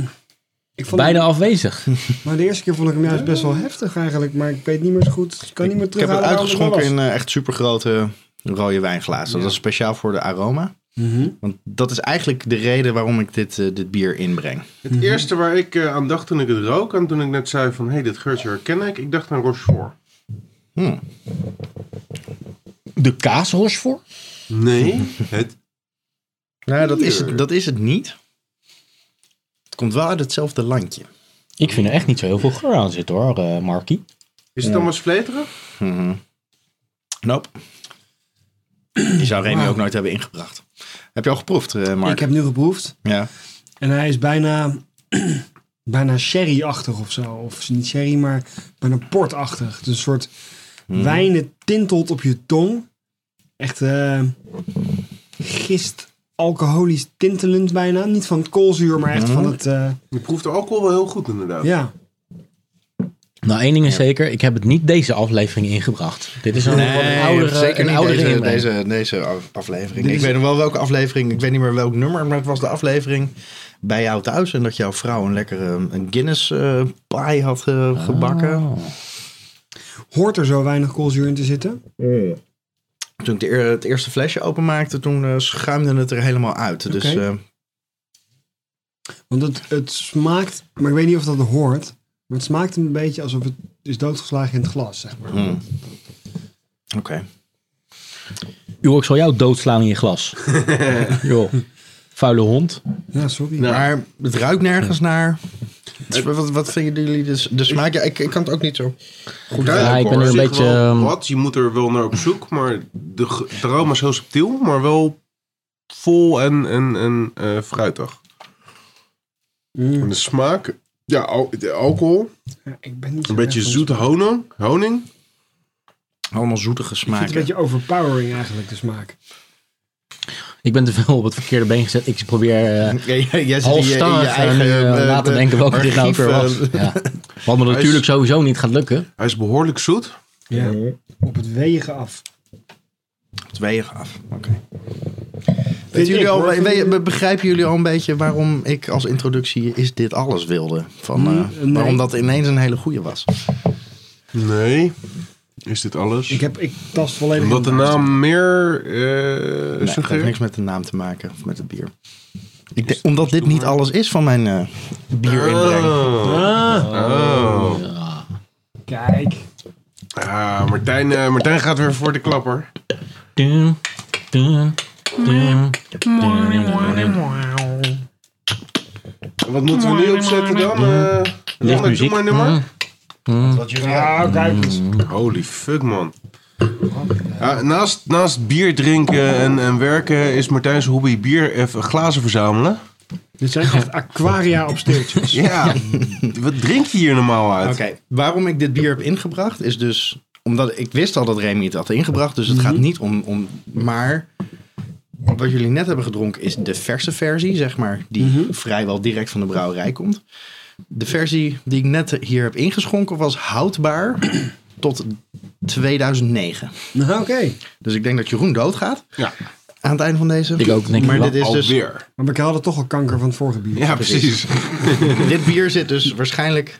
ik vond
Bijna afwezig.
Maar de eerste keer vond ik hem juist best wel heftig eigenlijk. Maar ik weet niet meer zo goed. Ik kan niet meer
Ik heb
terughalen
het
waarom dat
uitgeschonken in
was.
eh, echt supergrote rode wijnglazen. Dat is speciaal voor de aroma.
Mhm.
Want dat is eigenlijk de reden waarom ik dit, eh, dit bier inbreng.
Het
Mhm.
eerste waar ik eh, aan dacht toen ik het rook, en toen ik net zei van, hé, hey, dit geurtje herken ik, ik dacht aan Rochefort.
De kaashors voor?
Nee, het
Nou, dat is het, dat is het niet.
Het
komt wel uit hetzelfde landje.
Ik vind er echt niet zo heel veel geur aan zitten hoor, eh Markie.
Is het allemaal sleterig?
Nope. Die zou Remy ook nooit hebben ingebracht. Heb je al geproefd, eh, Mark?
Ik heb nu geproefd.
Ja.
En hij is bijna, bijna sherry-achtig of zo. Of niet sherry, maar bijna portachtig. Dus een soort
Hmm.
wijn, het tintelt op je tong. Echt eh, gist, alcoholisch tintelend bijna. Niet van het koolzuur, maar
Hmm.
echt van het... eh,
Je proeft de alcohol wel heel goed inderdaad.
ja,
Nou, één ding is zeker, ik heb het niet deze aflevering ingebracht. Dit is een, wat een oudere,
zeker
een
niet
oudere
deze,
inbreng.
deze, deze af- aflevering. Ik weet nog wel welke aflevering, ik weet niet meer welk nummer, maar het was de aflevering bij jou thuis. En dat jouw vrouw een lekkere een Guinness eh pie had eh, gebakken.
Oh.
hoort er zo weinig koolzuur in te zitten.
Toen ik de eer- het eerste flesje openmaakte, toen eh, schuimde het er helemaal uit. Dus
Oké.
eh,
Want het, het smaakt, maar ik weet niet of dat hoort. Maar het smaakt een beetje alsof het is doodgeslagen in het glas, zeg maar.
eh, oké.
Joh, ik zal jou doodslaan in je glas. Joh, vuile hond.
Ja, sorry.
Maar het ruikt nergens naar. Dus wat, wat vinden jullie de, de smaak? Ja, ik, ik kan het ook niet zo.
Goed
Ja, ik ben er een
Op zich
beetje,
wel
ehm,
Wat, je moet er wel naar op zoek, maar de ge- de aroma is heel subtiel, maar wel vol en, en, en eh, fruitig.
Mm.
En de smaak, ja, al- de alcohol,
Ja, ik ben niet zo
een
erg
beetje
van-
zoete honing, honing.
Allemaal zoetige
Ik vind
smaken.
het een beetje overpowering eigenlijk, de smaak.
Ik ben te veel op het verkeerde been gezet. Ik probeer eh,
Ja, jij- jij zit in je, in je
halfstarrig en,
eigen
eh,
eh,
na te
eh,
denken welke dit nou ook weer was.
archief, eh,
Ja. Wat me natuurlijk sowieso niet gaat lukken.
Hij is behoorlijk zoet.
Ja. Op het wegen af.
Tweeën af. Oké.
Vind
jullie
ik,
al,
hoor.
we-
Vinden
we-
jullie-
begrijpen jullie al een beetje waarom ik als introductie is dit alles wilde? Van, eh,
nee.
Waarom dat ineens een hele goede was.
Nee, is dit alles?
Ik, heb, ik tast volledig...
Omdat de
in-
naam meer eh
Nee, het heeft
suggereert.
niks met de naam te maken of met het bier. Ik denk, omdat dit niet alles is van mijn eh bier
Ah. Oh.
Kijk.
Ah, Martijn, eh, Martijn gaat weer voor de klapper.
Dun, dun, dun, dun, dun.
Wat moeten we nu opzetten dan? eh doe maar- doe
muziek.
maar een nummer. Mm.
Ja, kijk eens.
Holy fuck, man. Ja, naast, naast bier drinken en, en werken is Martijn's hobby bier even glazen verzamelen.
Dit zijn echt aquaria op steeltjes.
Ja, wat drink je hier normaal uit?
Oké, waarom ik dit bier heb ingebracht is dus omdat ik wist al dat Remy het had ingebracht, dus het gaat niet om, om. Maar wat jullie net hebben gedronken is de verse versie, zeg maar, die vrijwel direct van de brouwerij komt. De versie die ik net hier heb ingeschonken was houdbaar tot 2009.
Nou, oké.
Dus ik denk dat Jeroen doodgaat
Ja,
aan het einde van deze.
Ik ook, denk ik
Maar
wel.
dit is dus
alweer.
Maar we hadden toch al kanker van het vorige bier.
Ja, precies.
Dit bier zit dus waarschijnlijk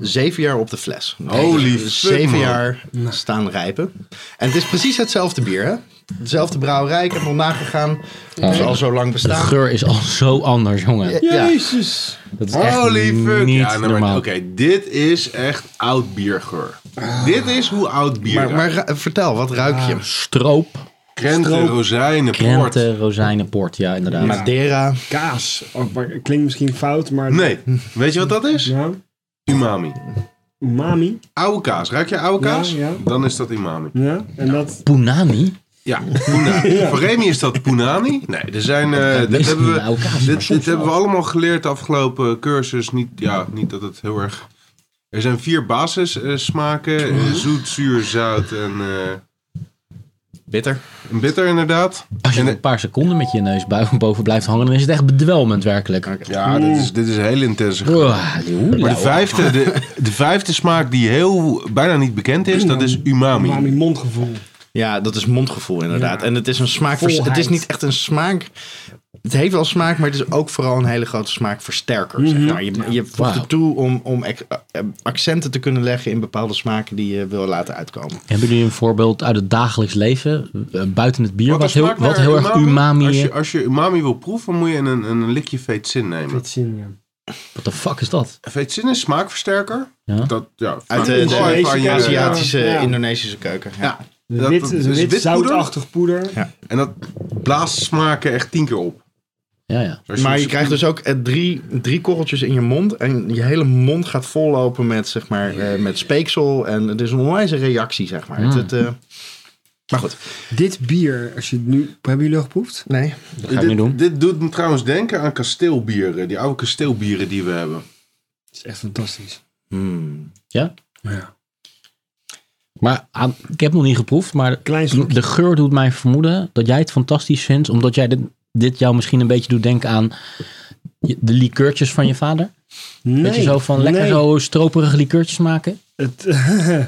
zeven jaar op de fles. dus
Holy fuck,
Zeven
man.
jaar staan rijpen. En het is precies hetzelfde bier, hè? Dezelfde brouwerij, ik heb nog nagegaan. Het is al zo lang
De
bestaan.
geur is al zo anders, jongen.
Ja,
Jezus.
Dat is echt
Holy fuck.
niet
Oh, Ja, nee, maar-
normaal.
Oké, dit is echt oud biergeur. Dit is hoe oud bier
maar,
ruikt.
maar ra- vertel, wat ruik je?
Stroop,
Krenten, rozijnen, port.
krenten, rozijnenport. Ja, inderdaad.
Madeira.
Kaas. Oh, maar het klinkt misschien fout, maar...
Nee, weet je wat dat is?
Ja.
Umami.
Umami.
Oude kaas. Ruik je oude
Ja,
kaas?
ja.
Dan is dat umami.
Ja. En dat...
Punani?
Ja, punani. Voor Remy is dat punani. Nee, er zijn... eh, dit
is
hebben
niet
we,
oude kaas, maar
dit,
soms
dit hebben we
wel.
allemaal geleerd de afgelopen cursus. Niet, ja, niet dat het heel erg... Er zijn vier basissmaken. zoet, zuur, zout en eh,
Bitter.
en bitter inderdaad.
Als je
En-
een paar seconden met je neus bu- boven blijft hangen, dan is het echt bedwelmend werkelijk.
Ja,
Mm.
dit is, dit is een heel intense geur.
Uah, joe,
Maar de
nou.
vijfde, de, de vijfde smaak die heel bijna niet bekend is, dat is umami.
Umami mondgevoel.
Ja, dat is mondgevoel inderdaad. En het is een smaak. Het is
Volheid.
niet echt een smaak. Het heeft wel smaak, maar het is ook vooral een hele grote smaakversterker. zeg maar. Je, je voegt
Wauw.
het toe om, om ac- eh, accenten te kunnen leggen in bepaalde smaken die je wil laten uitkomen.
Hebben jullie een voorbeeld uit het dagelijks leven, eh, buiten het bier, wat,
er
heel,
smaakt
wat
naar
heel erg umami... eh.
Als je, als je umami wil proeven, moet je een, een, een likje veetzin nemen.
Dit zin, ja.
Wat de fuck is dat?
Veetzin is smaakversterker.
Ja.
Dat, ja,
Uit de,
kan-
de
kan je-
Aziatische-
Aziatische,
Ja.
Indonesische keuken. Ja.
Ja.
Wit,
Dat-
wit,
dat is
wit
witpoeder.
zoutachtig poeder.
En dat blaast smaken echt tien keer op.
Ja, ja.
Als
Maar je
een-
krijgt dus ook eh, drie, drie korreltjes in je mond. En je hele mond gaat vollopen met, zeg maar, eh, met speeksel. En het is een onwijze reactie, zeg
Hmm.
maar. Het, het, eh, maar goed.
Dit bier, als je het nu, hebben jullie al geproefd?
Nee.
Dat ga ik
dit,
nu doen.
dit doet me trouwens denken aan kasteelbieren. Die oude kasteelbieren die we hebben.
Het is echt fantastisch.
Hmm.
Ja?
Ja.
Maar aan- ik heb nog niet geproefd, maar
Klein slokje.
de geur doet mij vermoeden dat jij het fantastisch vindt. Omdat jij dit, dit jou misschien een beetje doet denken aan je- de liqueurtjes van je vader.
Nee,
Beetje zo van lekker
nee.
zo stroperige liqueurtjes maken.
Het,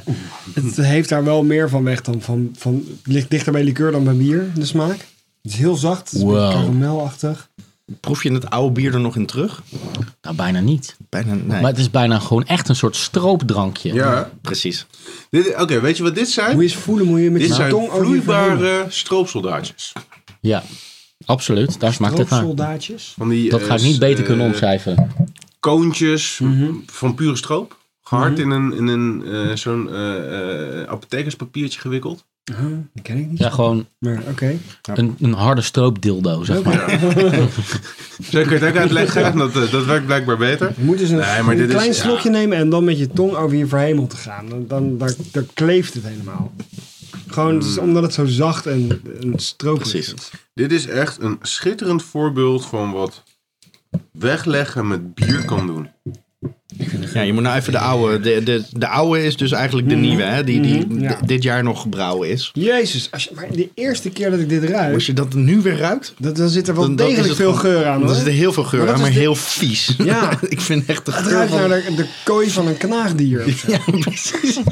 het heeft daar wel meer van weg dan van, van. Het ligt dichter bij liqueur dan bij bier, de smaak. Het is heel zacht, het is een beetje
Wow.
karamelachtig.
Proef je het oude bier er nog in terug?
Nou, bijna niet.
Bijna, nee.
Maar het is bijna gewoon echt een soort stroopdrankje.
Ja.
Precies.
Dit- Oké, weet je wat dit zijn?
Hoe je ze voelen, moet je met
Nou,
dit
je
zijn
tong over je verheen.
vloeibare stroopsoldaatjes.
Ja, absoluut. Daar smaakt het naar.
Stroopsoldaatjes.
Van die,
Dat
eh,
ga ik niet
s-
beter kunnen
eh,
omschrijven.
Koontjes van pure stroop. Gehard in een, in een eh, zo'n eh, eh, apothekerspapiertje gewikkeld.
Huh, dat Oh, ken ik niet.
Ja, gewoon
Maar oké.
een, een harde stroopdildo, zeg maar.
Zo kun je het ook uitleggen. Dat, eh, dat werkt blijkbaar beter.
Je moet dus een,
Nee, maar
een
dit is-
klein
ja.
slokje nemen en dan met je tong over je verhemel te gaan. Dan, dan daar, daar kleeft het helemaal. Gewoon het is
Hmm.
omdat het zo zacht en, en stroperig
Precies.
is.
Dit is echt een schitterend voorbeeld van wat wegleggen met bier kan doen.
Ja, je moet nou even de oude. De, de, de oude is dus eigenlijk de nieuwe, hè? Die, die
Mhm. Ja.
d- dit jaar nog gebrouwen is.
Jezus, als je, maar de eerste keer dat ik dit ruik,
Als je dat nu weer ruikt.
dat, dan zit er wel
dan- dan is
degelijk
het
veel
gewoon-
geur aan.
Dan
hoor.
zit er heel veel geur
Maar
aan,
dat
maar
is
heel vies.
Ja.
ik vind echt de
Het
geur.
ruikt
Van, Oh,
naar de, de kooi van een knaagdier. of zo.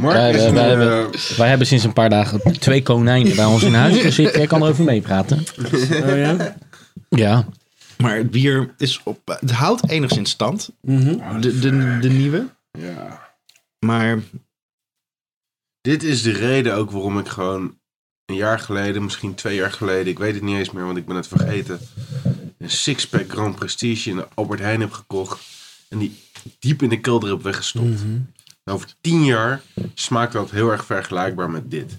Mark
Wij,
is
wij,
een,
wij,
eh,
hebben, wij hebben sinds een paar dagen twee konijnen bij ons in huis. Dus ik, ik kan erover meepraten.
Oh ja?
Ja,
Maar het bier is op, het houdt enigszins stand.
Mhm.
de, de, de nieuwe.
ja.
Maar
Dit is de reden ook waarom ik gewoon een jaar geleden, misschien twee jaar geleden, ik weet het niet eens meer, want ik ben het vergeten, een sixpack Grand Prestige in de Albert Heijn heb gekocht en die diep in de kelder heb weggestopt. En Over tien jaar smaakt dat heel erg vergelijkbaar met dit.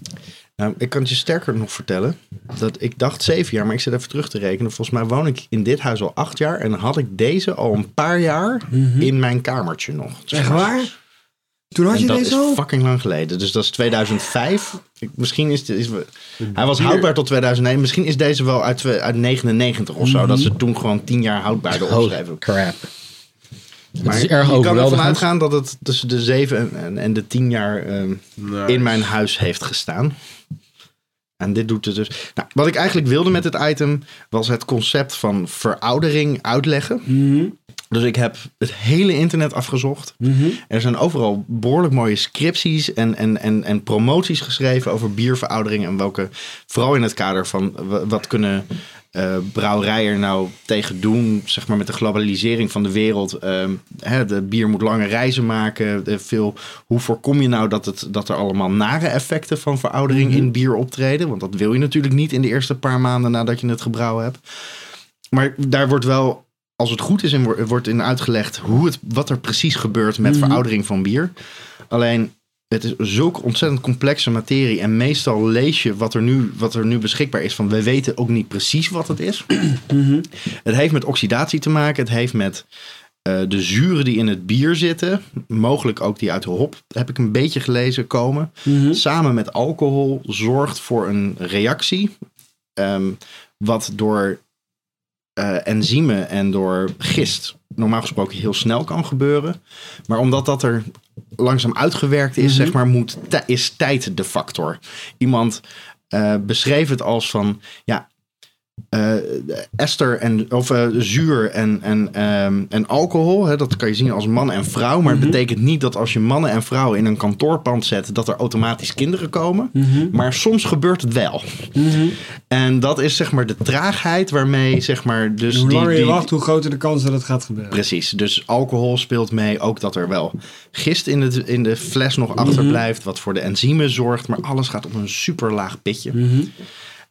Nou, ik kan het je sterker nog vertellen. Dat ik dacht zeven jaar, maar ik zit even terug te rekenen. Volgens mij woon ik in dit huis al acht jaar. En had ik deze al een paar jaar in mijn kamertje nog.
Mhm. Echt waar? Toen had
En
je
dat is
deze al?
fucking lang geleden. Dus dat is 2005. Ik- misschien is, dit- is we- Hij was
Bier.
houdbaar tot 2009. Misschien is deze wel uit, twe- uit 99 of zo. Dat ze toen gewoon tien jaar houdbaar erop
holy
schreven.
crap.
Maar
het is erg
je kan ervan
overweldigend.
uitgaan dat het tussen de zeven en, en, en de tien jaar ehm,
Nice.
in mijn huis heeft gestaan. En dit doet het dus. Nou, wat ik eigenlijk wilde met het item was het concept van veroudering uitleggen. Dus ik heb het hele internet afgezocht. Er zijn overal behoorlijk mooie scripties en, en, en, en promoties geschreven over bierveroudering. En welke, vooral in het kader van w- wat kunnen eh brouwerijen er nou tegen doen, zeg maar met de globalisering van de wereld. Ehm, hè, de bier moet lange reizen maken. De veel, hoe voorkom je nou dat, het, dat er allemaal nare effecten van veroudering in bier optreden? Want dat wil je natuurlijk niet in de eerste paar maanden nadat je het gebrouwen hebt. Maar daar wordt wel, als het goed is, in, wo- wordt in uitgelegd hoe het, wat er precies gebeurt met veroudering van bier. Alleen, het is zulke ontzettend complexe materie. En meestal lees je wat er nu, wat er nu beschikbaar is. Van we weten ook niet precies wat het is. het heeft met oxidatie te maken. Het heeft met eh, de zuren die in het bier zitten. Mogelijk ook die uit de hop. Heb ik een beetje gelezen komen. Samen met alcohol zorgt voor een reactie. ehm, wat door eh, enzymen en door gist normaal gesproken heel snel kan gebeuren. Maar omdat dat er langzaam uitgewerkt is, zeg maar, moet, ti- is tijd de factor. Iemand eh, beschreef het als van, ja, eh, ester en, of eh, zuur en, en, ehm, en alcohol, hè, dat kan je zien als man en vrouw. Maar het betekent niet dat als je mannen en vrouwen in een kantoorpand zet, dat er automatisch kinderen komen. Maar soms gebeurt het wel. En dat is zeg maar de traagheid waarmee, zeg maar, dus
Hoe
die-
langer je
die,
wacht, hoe groter de kans dat het gaat gebeuren.
Precies, dus alcohol speelt mee. Ook dat er wel gist in, het, in de fles nog
Mhm.
achterblijft, wat voor de enzymen zorgt. Maar alles gaat op een super laag pitje.
Mhm.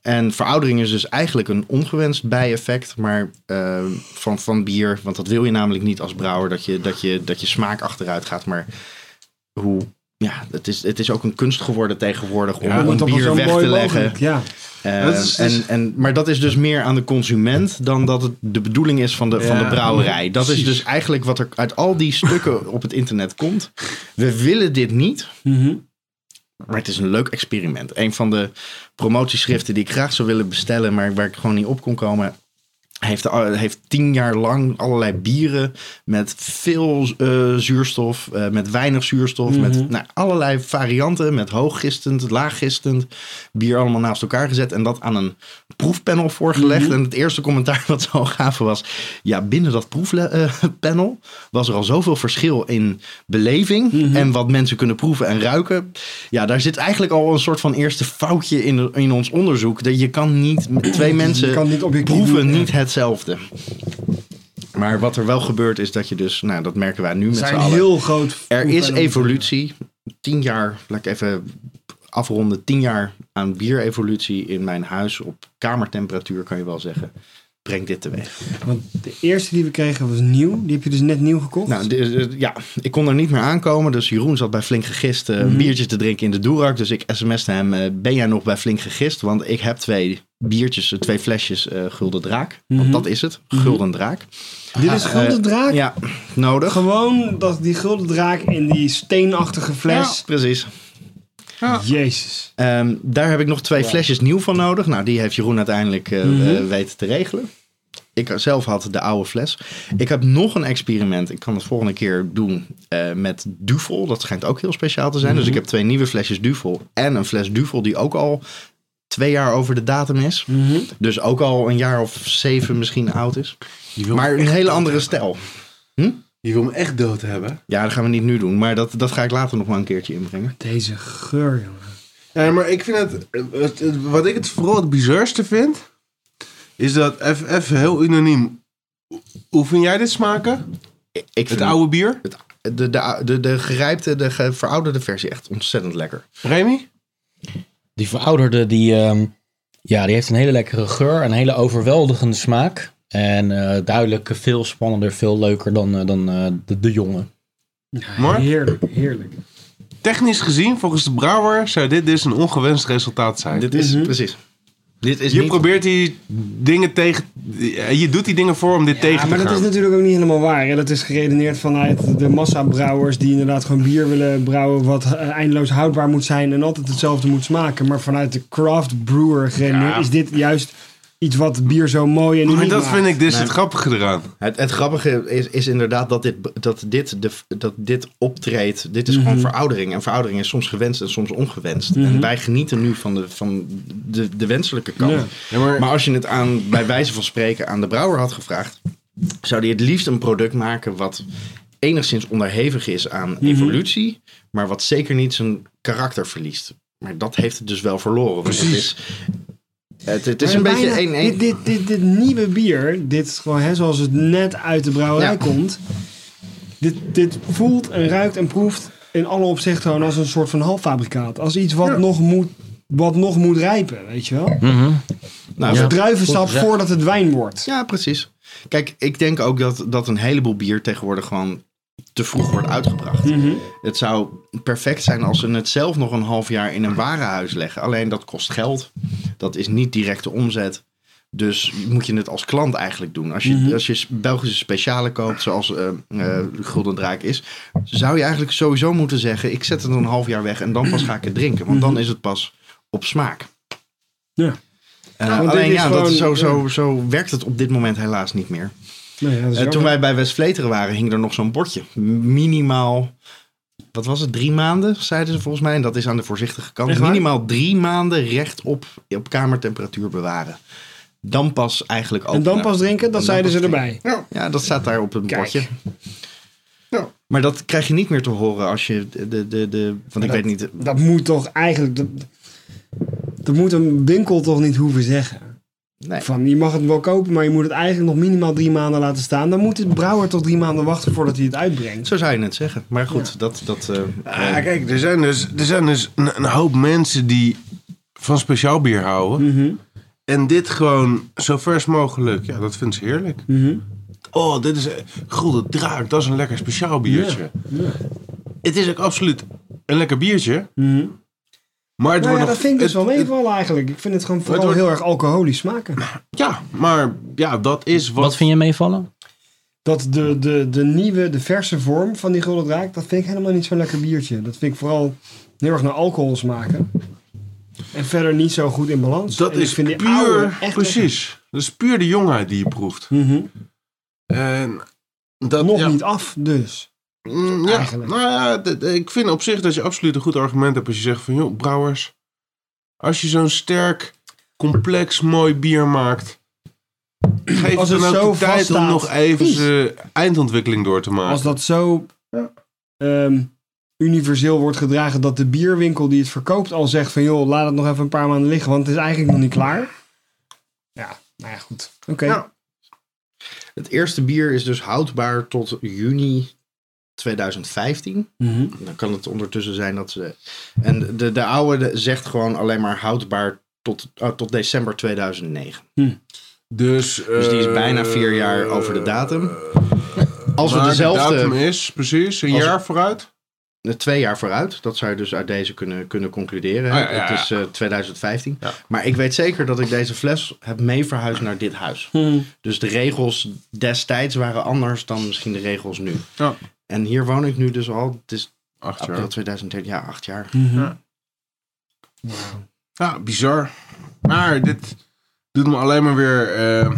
En veroudering is dus eigenlijk een ongewenst bijeffect maar, eh, van, van bier. Want dat wil je namelijk niet als brouwer, dat je, dat je, dat je smaak achteruit gaat. Maar hoe ja, het is, het is ook een kunst geworden tegenwoordig om
Om
een
het op
bier
zo'n
weg
mooi
te leggen.
mogelijk- Ja.
Eh,
Dat is- dat is-
en, en, maar dat is dus meer aan de consument dan dat het de bedoeling is van de, van de
Ja,
brouwerij. Dat is
precies.
dus eigenlijk wat er uit al die stukken op het internet komt. We willen dit niet,
Mhm.
maar het is een leuk experiment. Een van de promotieschriften die ik graag zou willen bestellen, maar waar ik gewoon niet op kon komen. Heeft, al- heeft tien jaar lang allerlei bieren met veel eh, zuurstof, eh, met weinig zuurstof,
Mhm.
met nou, allerlei varianten, met hooggistend, laaggistend bier allemaal naast elkaar gezet en dat aan een proefpanel voorgelegd.
Mhm.
En het eerste commentaar wat ze al gaven was, ja, binnen dat proefpanel eh, was er al zoveel verschil in beleving
Mhm.
en wat mensen kunnen proeven en ruiken. Ja, daar zit eigenlijk al een soort van eerste foutje in, in ons onderzoek. Dat je kan niet, met twee mensen
kan niet objectief
proeven
doen, ja.
niet hetzelfde. Maar wat er wel gebeurt is dat je dus, nou dat merken wij nu met
Het
z'n
zijn
allen.
heel groot.
Er is
proefbellen.
evolutie. Tien jaar, laat ik even afronden. Tien jaar aan bierevolutie in mijn huis op kamertemperatuur, kan je wel zeggen. Breng dit teweeg.
Want de eerste die we kregen was nieuw. Die heb je dus net nieuw gekocht.
Nou, dit- dit- ja, ik kon er niet meer aankomen. Dus Jeroen zat bij Flink Gegist eh,
Mhm.
een biertje te drinken in de Doerak. Dus ik sms'te hem, eh, ben jij nog bij Flink Gegist? Want ik heb twee biertjes, eh, twee flesjes eh, Gulden Draak.
Mhm.
Want dat is het, Gulden Draak.
Dit is gulden draak.
eh, Ja, nodig.
Gewoon dat die gulden draak in die steenachtige fles.
Precies.
Jezus.
Ehm, daar heb ik nog twee flesjes nieuw van nodig. Nou, die heeft Jeroen uiteindelijk eh,
Mhm.
eh, weten te regelen. Ik zelf had de oude fles. Ik heb nog een experiment. Ik kan het volgende keer doen eh, met Duvel. Dat schijnt ook heel speciaal te zijn.
Mhm.
Dus ik heb twee nieuwe flesjes Duvel. En een fles Duvel die ook al twee jaar over de datum is.
Mhm.
Dus ook al een jaar of zeven misschien oud is. Maar een hele andere stijl.
Je wil me echt dood hebben.
Ja, dat gaan we niet nu doen. Maar dat, dat ga ik later nog maar een keertje inbrengen.
Deze geur, jongen.
Ja, maar ik vind het, het- het- Wat ik het vooral het bizarste vind. Is dat. Even, even heel unaniem. Hoe vind jij dit smaken?
Ik vind
Het oude bier?
de, de, de, de gerijpte, de ge- verouderde versie echt ontzettend lekker.
Remy?
Die verouderde, die, ehm, ja, die heeft een hele lekkere geur, een hele overweldigende smaak. En eh, duidelijk veel spannender, veel leuker dan, eh, dan eh, de, de jonge.
Mark?
Heerlijk, heerlijk.
Technisch gezien, volgens de brouwer, zou dit dus een ongewenst resultaat zijn.
Dit is precies. Dit is
je
niet-
probeert die dingen tegen. Je doet die dingen voor om dit
Ja,
tegen te
Ah, maar dat is
gaan.
natuurlijk ook niet helemaal waar. Hè? Dat is geredeneerd vanuit de massabrouwers die inderdaad gewoon bier willen brouwen wat eh, eindeloos houdbaar moet zijn en altijd hetzelfde moet smaken. Maar vanuit de craft brewer geredeneerd
Ja.
is dit juist iets wat bier zo mooi en
Maar
uniek
dat
maakt.
vind ik dus
Nee.
het grappige eraan.
het, het grappige is, is inderdaad dat dit, dat, dit de, dat dit optreedt. Dit is
Mhm.
gewoon veroudering. En veroudering is soms gewenst en soms ongewenst. En wij genieten nu van de, van de, de wenselijke kant.
Ja.
maar... als je het aan, bij wijze van spreken aan de brouwer had gevraagd, zou die het liefst een product maken wat enigszins onderhevig is aan
Mhm.
evolutie, maar wat zeker niet zijn karakter verliest. Maar dat heeft het dus wel verloren. want Het is, het, het is
Maar
een beetje
bijna-
één één.
Dit, dit, dit, dit nieuwe bier, dit is gewoon hè, zoals het net uit de brouwerij
Ja.
komt. Dit, dit voelt en ruikt en proeft in alle opzichten gewoon als een soort van halffabrikaat. Als iets wat, nog, moet, wat nog moet rijpen, weet je wel.
Nou,
Als
ja.
druivensap
gezegd.
voordat het wijn wordt.
Ja, precies. Kijk, ik denk ook dat, dat een heleboel bier tegenwoordig gewoon te vroeg wordt uitgebracht.
Mhm.
Het zou perfect zijn als ze het zelf nog een half jaar in een warenhuis leggen. Alleen dat kost geld. Dat is niet directe omzet. Dus moet je het als klant eigenlijk doen. Als je,
Mhm.
als je Belgische specialen koopt, zoals eh eh, Gulden Draak is, zou je eigenlijk sowieso moeten zeggen: ik zet het een half jaar weg en dan pas ga ik het drinken. Want dan is het pas op smaak.
Mhm. Ja.
Eh,
want dit
alleen
is
ja, dat,
gewoon-
zo, zo, zo werkt het op dit moment helaas niet meer.
Nou ja, dat is
En
ook-
toen wij bij West Vleteren waren, hing er nog zo'n bordje. Minimaal, wat was het, drie maanden, zeiden ze volgens mij. En dat is aan de voorzichtige kant.
Echt waar?
Minimaal drie maanden rechtop op kamertemperatuur bewaren. Dan pas eigenlijk ook.
en dan pas drinken, dat zeiden ze
erbij.
erbij.
Ja, dat staat daar op een
Kijk.
bordje.
Ja.
Maar dat krijg je niet meer te horen als je de... de, de, de want ik weet niet...
Dat moet toch eigenlijk... Dat, dat moet een winkel toch niet hoeven zeggen.
Nee.
Van, je mag het wel kopen, maar je moet het eigenlijk nog minimaal drie maanden laten staan. Dan moet de brouwer toch drie maanden wachten voordat hij het uitbrengt.
Zo zou je het zeggen. Maar goed, dat... dat eh, eh,
Ah, kijk, er zijn dus, er zijn dus een, een hoop mensen die van speciaal bier houden. En dit gewoon zo vers mogelijk. Ja, dat vindt ze heerlijk. Oh, dit is eh, gulden draak. Dat is een lekker speciaal biertje. Het is ook absoluut
een lekker biertje.
Mhm.
Maar het
Nou
wordt
ja,
nog,
dat vind ik dus
het-
wel
het-
meevallen eigenlijk. Ik vind het gewoon vooral
wordt-
heel erg alcoholisch smaken.
Ja, maar ja, dat is wat...
Wat vind je meevallen?
Dat de, de, de nieuwe, de verse vorm van die Gulden Draak, dat vind ik helemaal niet zo'n lekker biertje. Dat vind ik vooral heel erg naar alcohol smaken. En verder niet zo goed in balans.
dat
En ik
is
vind die oude
puur...
echt
Precies. Dat is puur de jongheid die je proeft.
nog- Mhm.
En dat,
Nog
ja,
niet af, dus.
Mm, Ja,
Eigenlijk.
nou ja, d- d- ik vind op zich dat je absoluut een goed argument hebt als je zegt van... joh, brouwers, als je zo'n sterk, complex, mooi bier maakt... geef
Als
het dan
het
ook
zo
de tijd om
vaststaat.
nog even
Precies.
zijn eindontwikkeling door te maken.
Als dat zo
Ja.
ehm, universeel wordt gedragen dat de bierwinkel die het verkoopt al zegt van... joh, laat het nog even een paar maanden liggen, want het is eigenlijk nog niet klaar. Ja, nou ja, goed. Oké.
Ja.
Het eerste bier is dus houdbaar tot juni 2015.
Mhm.
Dan kan het ondertussen zijn dat ze. En de, de oude de- zegt gewoon alleen maar houdbaar tot, ah, tot december 2009.
Dus,
Dus die is
eh,
bijna vier jaar over de datum. Als we
maar
dezelfde.
De datum is, precies, een
Als-
jaar vooruit.
Eh, Twee jaar vooruit. Dat zou je dus uit deze kunnen, kunnen concluderen. hè.
Ah, ja, ja,
Het is eh, 2015.
Ja.
Maar ik weet zeker dat ik deze fles heb meeverhuisd naar dit huis.
Hmm.
Dus de regels destijds waren anders dan misschien de regels nu.
Ja.
En hier woon ik nu dus al. Het is
Acht jaar.
april 2013. Ja, acht jaar.
Ja, bizar. Maar dit doet me alleen maar weer. eh,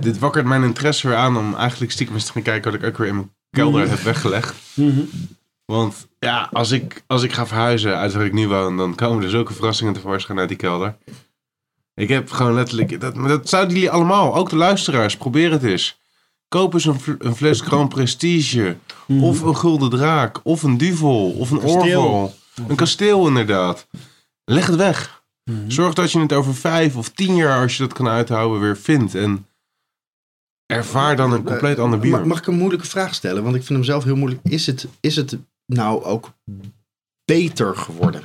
dit wakkert mijn interesse weer aan om eigenlijk stiekem eens te gaan kijken wat ik ook weer in mijn kelder heb weggelegd.
Mhm.
Want ja, als ik, als ik ga verhuizen uit waar ik nu woon, dan komen er zulke verrassingen tevoorschijn uit die kelder. Ik heb gewoon letterlijk. Dat, maar dat zouden jullie allemaal, ook de luisteraars, probeer het eens. Koop eens een, fl- een fles Grand Prestige. Of een Gulden Draak. Of een Duvel. Of een
Kasteel.
Orval. Een kasteel, inderdaad. Leg het weg. Zorg dat je het over vijf of tien jaar, als je dat kan uithouden, weer vindt. En ervaar dan een compleet ander bier.
Mag, mag ik een moeilijke vraag stellen? Want ik vind hem zelf heel moeilijk. Is het, is het nou ook beter geworden?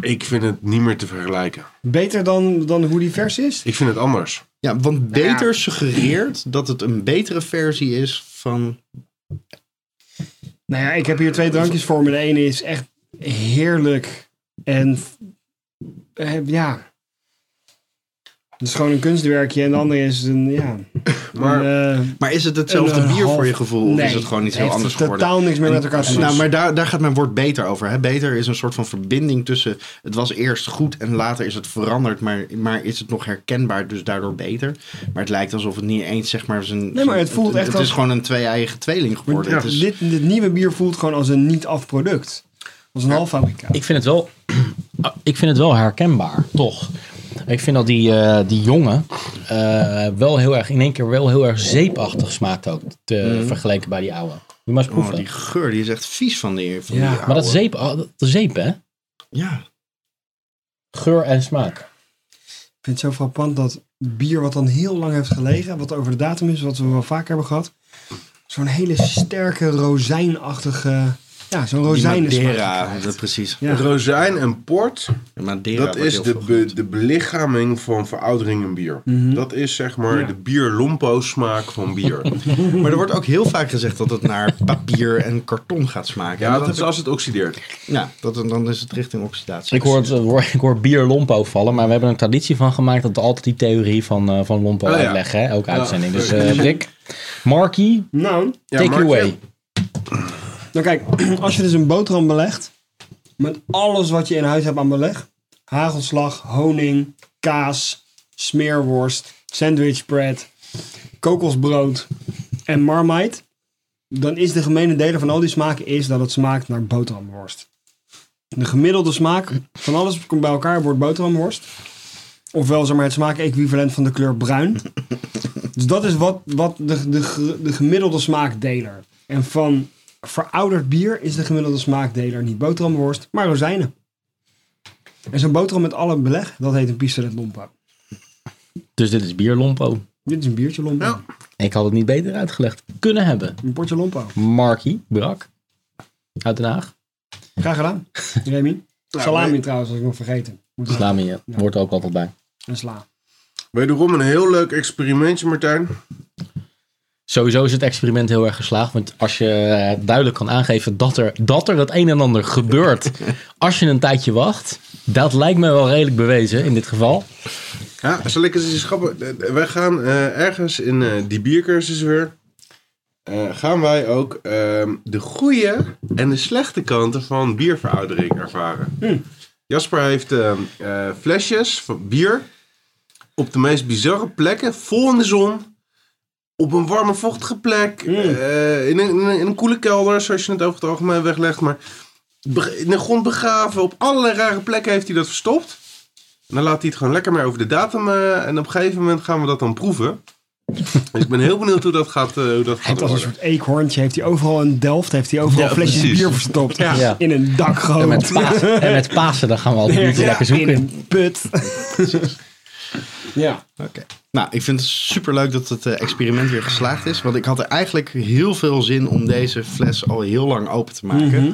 Ik vind het niet meer te vergelijken.
Beter dan, dan hoe die vers is?
Ik vind het anders.
Ja, want
Nou
beter suggereert dat het een betere versie is van
Nou ja, ik heb hier twee drankjes voor me. De ene is echt heerlijk. En eh, ja. Het is gewoon een kunstwerkje. En de andere is een, ja.
Maar-
een, eh,
Maar is het hetzelfde
een
bier voor je
half-
gevoel? of
nee,
is het gewoon iets heel
heeft
anders geworden?
totaal niks meer met elkaar te
Nou,
maken.
maar daar, daar gaat mijn woord beter over. Hè? Beter is een soort van verbinding tussen het was eerst goed en later is het veranderd, maar, maar is het nog herkenbaar, dus daardoor beter. Maar het lijkt alsof het niet eens zeg maar zijn.
Nee, maar het voelt echt
Het
als-
is gewoon een twee-eigen tweeling geworden. Het is-
dit, dit nieuwe bier voelt gewoon als een niet-af product. Als een halffabrikaat.
Ik vind het wel, ah, ik vind het wel herkenbaar, toch? Ik vind dat die, eh, die jongen eh, wel heel erg, in één keer wel heel erg zeepachtig smaakt ook. Te vergelijken bij die oude. Moet je maar eens
oh,
proeven.
die geur die is echt vies van de heer. Van die
maar dat
oude.
zeep, ah, dat- de zeep hè?
Ja.
Geur en smaak.
Ik vind het zo frappant dat bier wat dan heel lang heeft gelegen, wat over de datum is, wat we wel vaak hebben gehad, zo'n hele sterke rozijnachtige, ja, zo'n
Die
rozijnensmaak.
Madeira, dat precies.
Ja.
Rozijn en port,
Madeira
dat
wordt
is
heel
de,
veel
be-
genoemd.
de belichaming van veroudering in bier. Dat is zeg maar de bierlompo smaak van bier.
Maar er wordt ook heel vaak gezegd dat het naar papier en karton gaat smaken. En
ja, dat
heb
is
ik-
als het oxideert.
Ja, dat, dan is het richting oxidatie.
Ik hoor, het, eh, hoor- ik hoor bier Lompo vallen, maar we hebben er een traditie van gemaakt dat we altijd die theorie van, eh, van Lompo
Oh, ja.
uitleggen. Hè? Elke
Ja,
uitzending. Dus
sorry.
eh Rick, Marky,
Nou,
Ja,
take
Mark,
it away.
ja.
nou kijk, als je dus een boterham belegt, met alles wat je in huis hebt aan beleg, hagelslag, honing, kaas, smeerworst, sandwichbread, kokosbrood en marmite, dan is de gemene deler van al die smaken is dat het smaakt naar boterhamworst. De gemiddelde smaak van alles komt bij elkaar, wordt boterhamworst. Ofwel zeg maar, het smaak-equivalent van de kleur bruin. Dus dat is wat, wat de, de, ge- de gemiddelde smaakdeler. En van verouderd bier is de gemiddelde smaakdeler niet boterhamworst, maar rozijnen. En zo'n boterham met alle beleg, dat heet een pistolet lompa.
Dus dit is bier Lompo.
Dit is een biertje lompa.
Ik had het niet beter uitgelegd kunnen hebben.
Een potje lompa.
Marky, Brak, uit Den Haag.
Graag gedaan, Remy. Salami trouwens, als ik nog vergeten. Moet er-
Sla hier, hoort er ook altijd bij.
en sla.
Wederom een heel leuk experimentje, Martijn.
Sowieso is het experiment heel erg geslaagd. Want als je eh, duidelijk kan aangeven dat er dat, er dat een en ander gebeurt als je een tijdje wacht. Dat lijkt me wel redelijk bewezen in dit geval.
Ja, zal ik eens iets grappig... eh, Wij gaan eh, ergens in eh, die biercursus weer... eh, gaan wij ook ehm, de goede en de slechte kanten van bierveroudering ervaren. Jasper heeft ehm, eh, flesjes van bier op de meest bizarre plekken, vol in de zon, op een warme vochtige plek, eh, in, een, in, een, in een koele kelder, zoals je het over het algemeen weglegt, maar be- in de grond begraven, op allerlei rare plekken heeft hij dat verstopt. En dan laat hij het gewoon lekker meer over de datum eh, en op een gegeven moment gaan we dat dan proeven. dus ik ben heel benieuwd hoe dat gaat, eh, hoe dat
Hij
gaat
heeft als een
worden.
soort eekhoorntje, heeft hij overal in Delft, heeft hij overal
Ja,
flesjes
precies.
bier verstopt.
Ja.
In een dak
En
gewoon.
met, paas, en met Pasen dan gaan we altijd niet lekker
in
zoeken.
een put. ja.
Oké. Nou, ik vind het superleuk dat het eh, experiment weer geslaagd is. Want ik had er eigenlijk heel veel zin om deze fles al heel lang open te maken.
Mhm.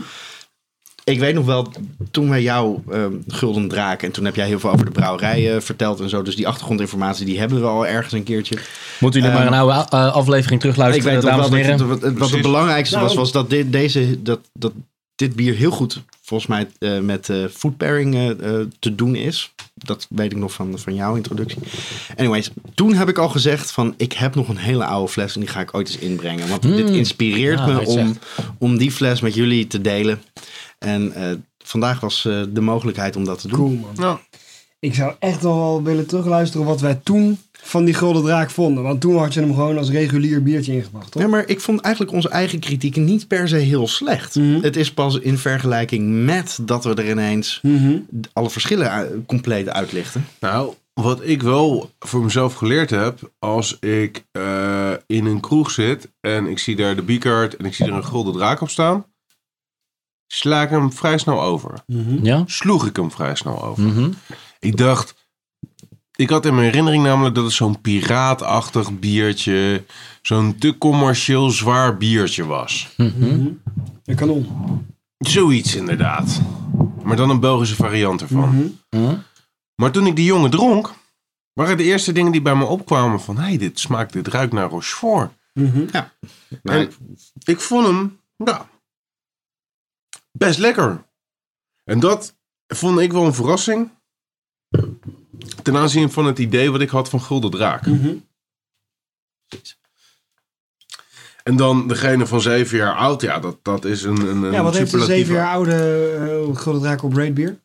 Ik weet nog wel, toen wij jou ehm, Gulden Draak... en toen heb jij heel veel over de brouwerijen verteld en zo. Dus die achtergrondinformatie, die hebben we al ergens een keertje.
Moet u nog
Ehm,
maar een oude eh, aflevering
ik
terugluisteren,
weet nog
eh, dames
wel
en
dat het-
heren.
wat, het- wat het
Precies.
belangrijkste
Nou,
was... was dat dit, deze, dat, dat dit bier heel goed, volgens mij, eh, met eh food pairing eh, eh, te doen is. Dat weet ik nog van, van jouw introductie. Anyways, toen heb ik al gezegd van... ik heb nog een hele oude fles en die ga ik ooit eens inbrengen. Want dit inspireert
Hmm. Ja,
me
dat is
om,
echt.
om die fles met jullie te delen. En eh, vandaag was eh, de mogelijkheid om dat te doen.
Cool man.
Ja.
Ik zou echt nog wel willen terugluisteren wat wij toen van die Gulden Draak vonden. Want toen had je hem gewoon als regulier biertje ingebracht, toch?
Ja, maar ik vond eigenlijk onze eigen kritiek niet per se heel slecht. Het is pas in vergelijking met dat we er ineens alle verschillen u- compleet uitlichten.
Nou, wat ik wel voor mezelf geleerd heb, als ik eh, in een kroeg zit en ik zie daar de B-card en ik zie er een gulden draak op staan, sla ik hem vrij snel over.
Ja?
Sloeg ik hem vrij snel over.
Mhm.
Ik dacht, ik had in mijn herinnering namelijk dat het zo'n piraatachtig biertje, zo'n te commercieel zwaar biertje was.
Een kanon.
Zoiets inderdaad. Maar dan een Belgische variant ervan.
Mhm.
Maar toen ik die jongen dronk, waren de eerste dingen die bij me opkwamen van... hé, hey, dit smaakt, dit ruikt naar Rochefort.
Maar
En ik vond hem, ja, best lekker. En dat vond ik wel een verrassing ten aanzien van het idee wat ik had van Gulden Draak. En dan degene van zeven jaar oud, ja, dat, dat is een, een, een
Ja, wat heeft een
superlatieve-
zeven jaar oude eh, Gulden Draak op Braid bier?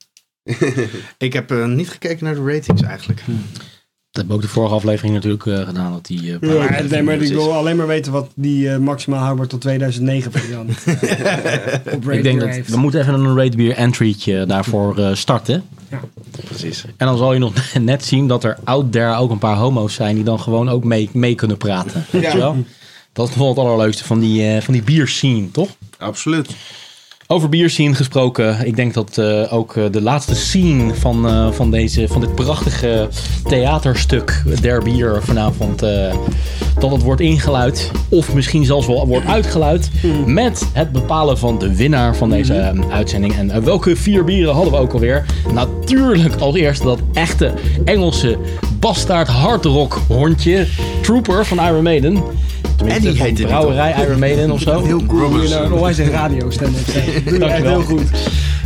ik heb eh, niet gekeken naar de ratings eigenlijk.
Dat hebben we ook de vorige aflevering natuurlijk eh, gedaan. Dat die, eh,
Ja, maar, nee, maar ik
precies.
wil alleen maar weten wat die eh, maximaal houdbaar tot 2009 variant eh, op Braid
Ik denk
bier
dat
heeft.
we moeten even een rate beer entrytje daarvoor eh, starten.
Precies.
En dan zal je nog net zien dat er out there ook een paar homo's zijn die dan gewoon ook mee, mee kunnen praten. Weet je wel? Dat is wel het allerleukste van die, eh, van die bierscene, toch?
Absoluut.
Over bierscene gesproken, ik denk dat eh, ook eh, de laatste scene van, eh, van, deze, van dit prachtige theaterstuk der bier vanavond, eh, dat het wordt ingeluid of misschien zelfs wel wordt uitgeluid
Mm.
met het bepalen van de winnaar van deze
Mm-hmm.
eh, uitzending. En eh, welke vier bieren hadden we ook alweer? Natuurlijk als eerste dat echte Engelse bastaard hardrock hondje, Trooper van Iron Maiden. Tenminste,
die
van
heette die
Brouwerij Iron Maiden of zo.
Heel cool hoe je daar een onwijs een radiostem op zijn. Doe je echt
Dankjewel.
heel goed.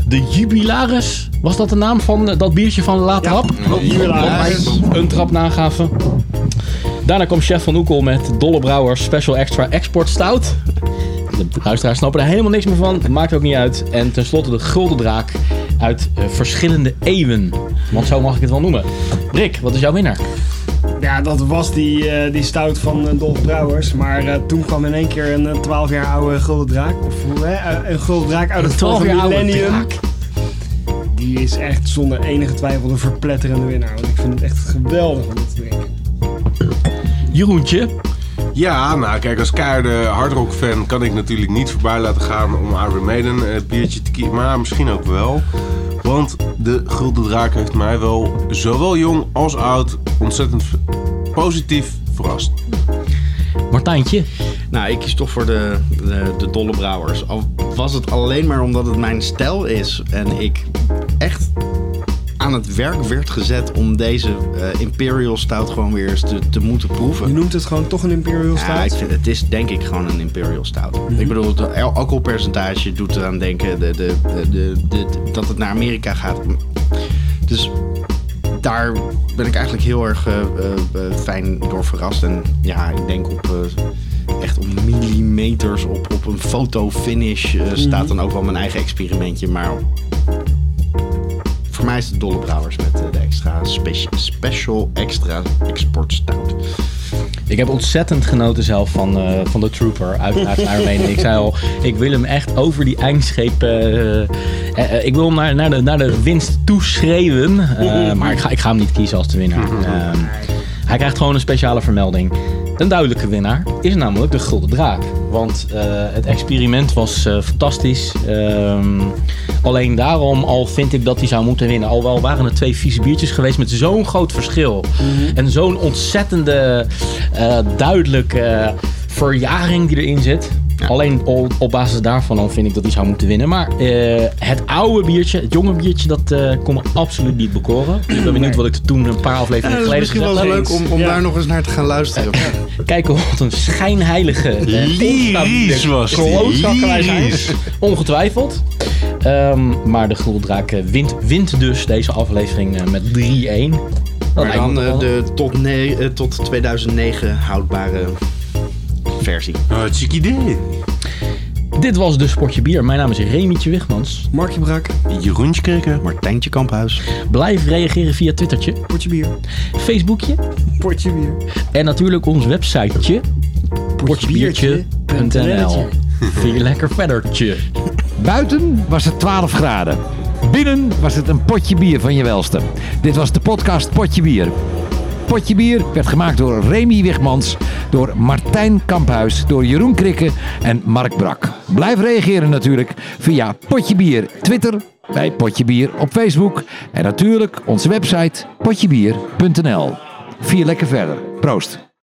De Jubilaris, was dat de naam van eh, dat biertje van Late Hap?
Jubilaris.
Op Een trap nagaven. Daarna kwam chef van Oekel met Dolle Brouwer Special Extra Export Stout. De luisteraars snappen er helemaal niks meer van, maakt ook niet uit. En tenslotte de Gulden Draak uit eh, verschillende eeuwen. Want zo mag ik het wel noemen. Rick, wat is jouw winnaar?
Ja, dat was die, eh, die stout van eh, Dolf Brouwers. Maar eh, toen kwam in één keer een eh, 12 jaar oude Gulden Draak. Of hoe, hè? Eh, Een Gulden Draak uit het vorige millennium. Die is echt zonder enige twijfel de verpletterende winnaar. Want ik vind het echt geweldig om dit te drinken.
Jeroentje,
Ja, nou kijk, als keiharde hardrock fan kan ik natuurlijk niet voorbij laten gaan om Iron Maiden eh, het biertje te kiezen. Maar misschien ook wel. Want de Gulden Draak heeft mij wel, zowel jong als oud, ontzettend v- positief verrast.
Martijntje.
Nou, ik kies toch voor de, de, de dolle brouwers. Al was het alleen maar omdat het mijn stijl is en ik echt aan aan het werk werd gezet om deze eh, Imperial Stout gewoon weer eens te, te moeten
Je
proeven.
noemt het gewoon toch een Imperial
Ja,
Stout?
ik vind, het is denk ik gewoon een Imperial Stout. Ik bedoel, het alcoholpercentage doet eraan denken de, de, de, de, de- dat het naar Amerika gaat. Dus daar ben ik eigenlijk heel erg eh, eh, eh, fijn door verrast. En ja, ik denk op, eh, echt op millimeters, op, op een fotofinish eh, staat dan ook wel mijn eigen experimentje. Maar voor mij is het Dolle Brouwers met eh, de extra specia- special extra export stout.
Ik heb ontzettend genoten zelf van, eh, van de Trooper uit, uit Armenië. Ik zei al, ik wil hem echt over die eindscheep... eh, eh, eh, ik wil hem naar, naar, de, naar de winst toeschreeuwen. eh, maar ik ga, ik ga hem niet kiezen als de winnaar. Ehm, hij krijgt gewoon een speciale vermelding. Een duidelijke winnaar is namelijk de Gulden Draak. Want eh, het experiment was eh, fantastisch. Ehm, alleen daarom al vind ik dat hij zou moeten winnen. Alhoewel waren het twee vieze biertjes geweest met zo'n groot verschil.
Mhm.
En zo'n ontzettende eh, duidelijke eh, verjaring die erin zit. Alleen al- op basis daarvan al vind ik dat hij zou moeten winnen. Maar eh, het oude biertje, het jonge biertje, dat eh kon me absoluut niet bekoren. Dus ik ben benieuwd wat ik er toen een paar
Ja,
afleveringen
dat is
geleden
misschien
gezegd
wel
heb.
leuk om, om
Ja.
daar nog eens naar te gaan luisteren.
Kijken wat een schijnheilige... eh,
Lyrisch was die.
klootzakken wij zijn.
Lyrisch.
Ongetwijfeld. Ehm, maar de Groeldraak eh, wint, wint dus deze aflevering eh, met 3-1. Dat
maar
lijkt me
dan eh,
toch wel-
de tot, ne- eh, tot 2009 houdbare versie.
Hartstikke idee.
Dit was de Sportje Bier. Mijn naam is Remietje Wigmans.
Markje Brak,
Jeroentje kijken.
Martijntje Kamphuis.
Blijf reageren via Twittertje,
potje bier.
Facebookje
Potje bier.
en natuurlijk ons websiteje potjebiertje.nl. Vind je lekker verdertje.
Buiten was het 12 graden. Binnen was het een potje bier van je welste. Dit was de podcast Potje Bier. Potje Bier werd gemaakt door Remy Wigmans, door Martijn Kamphuis, door Jeroen Krikke en Mark Brak. Blijf reageren natuurlijk via Potje Bier Twitter, bij Potje Bier op Facebook en natuurlijk onze website potjebier.nl. Vier lekker verder. Proost.